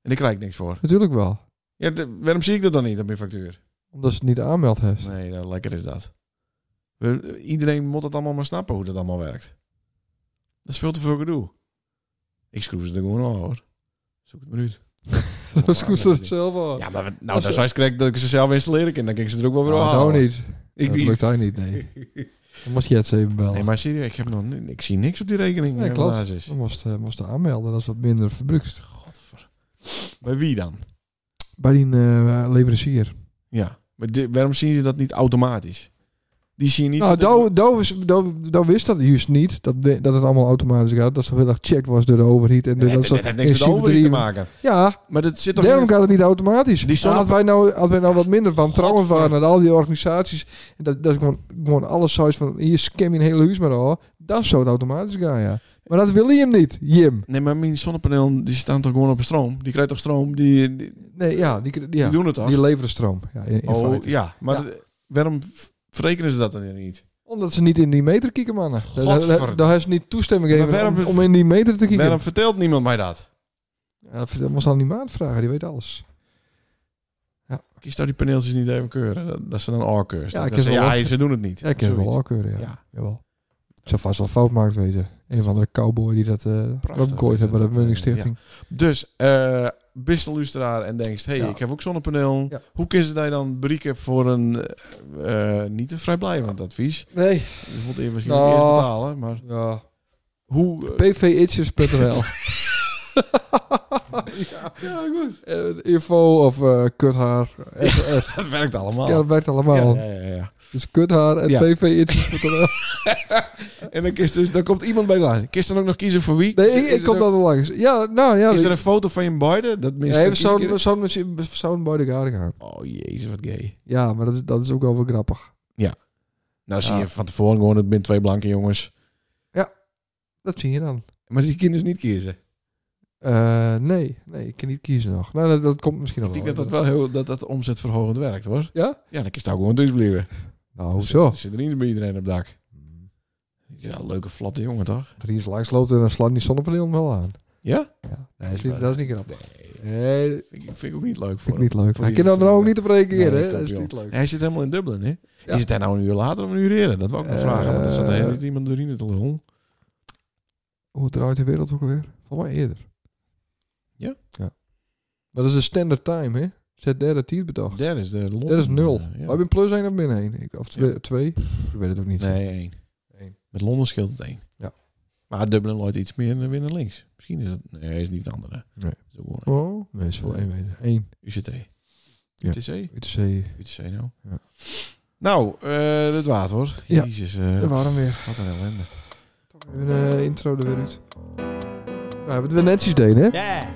Speaker 2: daar krijg ik niks voor.
Speaker 3: Natuurlijk wel.
Speaker 2: Ja, de- waarom zie ik dat dan niet op mijn factuur?
Speaker 3: Omdat ze het niet aanmeld heeft.
Speaker 2: Nee, nou, lekker is dat. We- Iedereen moet het allemaal maar snappen hoe dat allemaal werkt. Dat is veel te veel gedoe. Ik schroef ze er gewoon al hoor. Zoek het maar uit.
Speaker 3: dat is goed dat het zelf al.
Speaker 2: Ja, maar we- nou,
Speaker 3: Als
Speaker 2: dan
Speaker 3: je-
Speaker 2: zou je krijgen dat ik ze zelf installeren kan. Dan kan ik ze er ook wel weer
Speaker 3: Nou,
Speaker 2: afhalen.
Speaker 3: nou niet.
Speaker 2: Ik
Speaker 3: dat
Speaker 2: niet.
Speaker 3: lukt hij niet, nee. Dan moest je het even bellen.
Speaker 2: Nee, maar serieus, ik, heb nog, ni- ik zie niks op die rekening.
Speaker 3: Nee,
Speaker 2: eh,
Speaker 3: klopt.
Speaker 2: basis.
Speaker 3: Dan moest, eh, moest aanmelden dat is wat minder verbruikt.
Speaker 2: Godver. Bij wie dan?
Speaker 3: Bij die eh, leverancier.
Speaker 2: Ja. Maar di- waarom zien ze dat niet automatisch? Die zien niet...
Speaker 3: Nou,
Speaker 2: dat-
Speaker 3: daar wist dat juist niet. Dat, we- dat het allemaal automatisch gaat. Dat ze heel erg checked was door de overheid. En door
Speaker 2: dat, dat,
Speaker 3: ze
Speaker 2: heeft niks met
Speaker 3: in
Speaker 2: de overheid te
Speaker 3: sympatrie-
Speaker 2: maken.
Speaker 3: Ja,
Speaker 2: Maar dat zit toch...
Speaker 3: daarom
Speaker 2: in het-
Speaker 3: gaat het niet automatisch.
Speaker 2: Die zonne-
Speaker 3: Als wij nou, als wij nou wat minder van trouwen
Speaker 2: Godver-
Speaker 3: waren naar al die organisaties. En dat, dat is gewoon, gewoon alles zoiets van, hier scam je een hele huis maar al. Dan zou het automatisch gaan, ja. Maar dat wil je hem niet, Jim.
Speaker 2: Nee, maar mijn zonnepanelen die staan toch gewoon op stroom? Die krijgt toch stroom? Die, die, die
Speaker 3: Nee, ja, die, ja, die,
Speaker 2: doen het toch?
Speaker 3: leveren stroom. Ja, in, in
Speaker 2: oh,
Speaker 3: feite.
Speaker 2: ja. Maar
Speaker 3: Ja.
Speaker 2: dat- waarom v- verrekenen ze dat dan niet?
Speaker 3: Omdat ze niet in die meter kieken, mannen. Daar- daar-
Speaker 2: Godver-
Speaker 3: Daar heeft ze niet toestemming
Speaker 2: Maar
Speaker 3: gegeven
Speaker 2: waarom-
Speaker 3: om, om in die meter te kieken.
Speaker 2: Waarom vertelt niemand mij dat?
Speaker 3: Ja, dat- dat moest aan die maat vragen, die weet alles.
Speaker 2: Kies nou die paneeltjes niet even keuren. Dat, dat ze dan al keuren.
Speaker 3: Ja,
Speaker 2: Dat
Speaker 3: ik heb
Speaker 2: ze-
Speaker 3: wel-
Speaker 2: ja, ze doen het niet.
Speaker 3: Ja, ik ken
Speaker 2: Zoiets.
Speaker 3: wel afkeuren, ja.
Speaker 2: Ja.
Speaker 3: Jawel. Zo vast wel fout maakt wezen. Een of andere cowboy die dat
Speaker 2: Prachtig
Speaker 3: opgooit
Speaker 2: is
Speaker 3: hebben bij
Speaker 2: dat,
Speaker 3: de
Speaker 2: eh,
Speaker 3: Munningstichting.
Speaker 2: Dus, eh beste luisteraar en denkt, hey,
Speaker 3: Ja.
Speaker 2: ik heb ook zonnepaneel.
Speaker 3: Ja.
Speaker 2: Hoe kun je daar dan berieken voor een eh, eh, niet een vrijblijvend advies?
Speaker 3: Nee.
Speaker 2: Dus moet je misschien
Speaker 3: Nou.
Speaker 2: eerst betalen, maar
Speaker 3: Ja.
Speaker 2: hoe... eh,
Speaker 3: pvitjes.nl ja. goed. Eh, info of eh, kuthaar. Eh, eh,
Speaker 2: dat werkt allemaal.
Speaker 3: Ja, dat werkt
Speaker 2: Ja,
Speaker 3: allemaal.
Speaker 2: Oh. ja, ja, ja.
Speaker 3: Dus kuthaar en
Speaker 2: Ja.
Speaker 3: pvitjes.nl.
Speaker 2: En dan, kiest dus, dan komt iemand bij langs. Kies dan ook nog kiezen voor wie?
Speaker 3: Nee,
Speaker 2: Is-
Speaker 3: ik,
Speaker 2: is
Speaker 3: ik
Speaker 2: er
Speaker 3: kom
Speaker 2: een-
Speaker 3: dan wel langs. Ja, nou ja.
Speaker 2: Is er
Speaker 3: ik-
Speaker 2: een foto van je beide? Dat minst
Speaker 3: Ja, even
Speaker 2: dat iedere
Speaker 3: zo'n zo'n zo'n- zo'n bij de garde gaan.
Speaker 2: keer- Oh jezus, wat gay.
Speaker 3: Ja, maar dat is, dat is ook wel weer grappig.
Speaker 2: Nou zie
Speaker 3: Ja.
Speaker 2: je van tevoren gewoon, het bent twee blanke jongens.
Speaker 3: Dat zie je dan.
Speaker 2: Maar die kinderen dus niet kiezen.
Speaker 3: Eh, nee, nee, ik kan niet kiezen nog. Nou, dat, dat komt misschien nog
Speaker 2: Ik denk dat dat wel heel, dat dat omzetverhogend werkt hoor.
Speaker 3: Ja?
Speaker 2: Ja, Oh, dan kies je ook gewoon thuis blijven.
Speaker 3: Nou, hoezo?
Speaker 2: Er zit er niet bij iedereen op dak. Ja, leuke, vlotte jongen, toch?
Speaker 3: Als er iets langs loopt en dan slaat die zonnepaneel hem wel aan.
Speaker 2: Ja?
Speaker 3: Ja, nee, is niet, dat is niet grappig.
Speaker 2: Nee,
Speaker 3: Nee, dat
Speaker 2: vind ik, vind ik ook niet leuk
Speaker 3: vind
Speaker 2: voor
Speaker 3: ik
Speaker 2: hem.
Speaker 3: niet leuk.
Speaker 2: voor
Speaker 3: Hij
Speaker 2: die-
Speaker 3: kan er
Speaker 2: voor
Speaker 3: nou ook
Speaker 2: die-
Speaker 3: niet op reageren,
Speaker 2: Nee,
Speaker 3: hè? Dat is
Speaker 2: klopt,
Speaker 3: niet leuk.
Speaker 2: Hij zit helemaal in Dublin, hè?
Speaker 3: Ja.
Speaker 2: Is het daar nou een uur later of een uur eerder? Dat wou ik nog
Speaker 3: Eh,
Speaker 2: vragen, maar dan zat er helemaal niet iemand doorheen te lul.
Speaker 3: Hoe draait de wereld ook alweer? Volgens mij eerder.
Speaker 2: Ja?
Speaker 3: Ja. Maar dat is een standard time, hè? Zet derde tier bedacht.
Speaker 2: Daar is de lol.
Speaker 3: Dat is nul.
Speaker 2: Eh, ja.
Speaker 3: Maar ik ben plus 1 of min 1. Of twee, twee? Ik weet het ook niet.
Speaker 2: Nee, één.
Speaker 3: Eén.
Speaker 2: Met Londen scheelt het één.
Speaker 3: Ja.
Speaker 2: Maar Dublin looit iets meer naar winnen links. Misschien is het... Nee, is niet het andere.
Speaker 3: Nee.
Speaker 2: Dat is ook gewoon
Speaker 3: Oh, nee, is wel 1 weten. 1.
Speaker 2: UCT.
Speaker 3: Ja.
Speaker 2: UTC?
Speaker 3: UTC. Er
Speaker 2: UTC nou.
Speaker 3: Ja.
Speaker 2: Nou, eh dat water hoor.
Speaker 3: Ja.
Speaker 2: Jezus, eh,
Speaker 3: waren weer.
Speaker 2: wat een ellende.
Speaker 3: Even een eh, intro er weer uit. Nou, wat we netjes deden, hè?
Speaker 6: Yeah,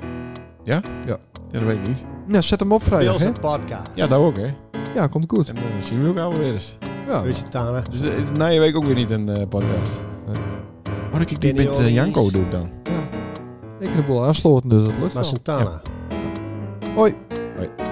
Speaker 2: Ja, dat weet ik niet.
Speaker 3: Nou, zet hem op vrijdag, hè?
Speaker 6: Bills podcast.
Speaker 2: Ja, daar ook hè.
Speaker 3: Ja, komt goed.
Speaker 2: En dan zien we elkaar wel weer eens.
Speaker 3: Ja.
Speaker 6: Lusitana.
Speaker 2: Dus eh, na je week ook weer niet een eh, podcast.
Speaker 3: Nee.
Speaker 2: Oh, dan kan ik die met eh, Janko doen dan.
Speaker 3: ja. Ik heb de boel aansloten, dus dat lukt wel.
Speaker 6: Masentana.
Speaker 3: Hoi.
Speaker 2: Hoi.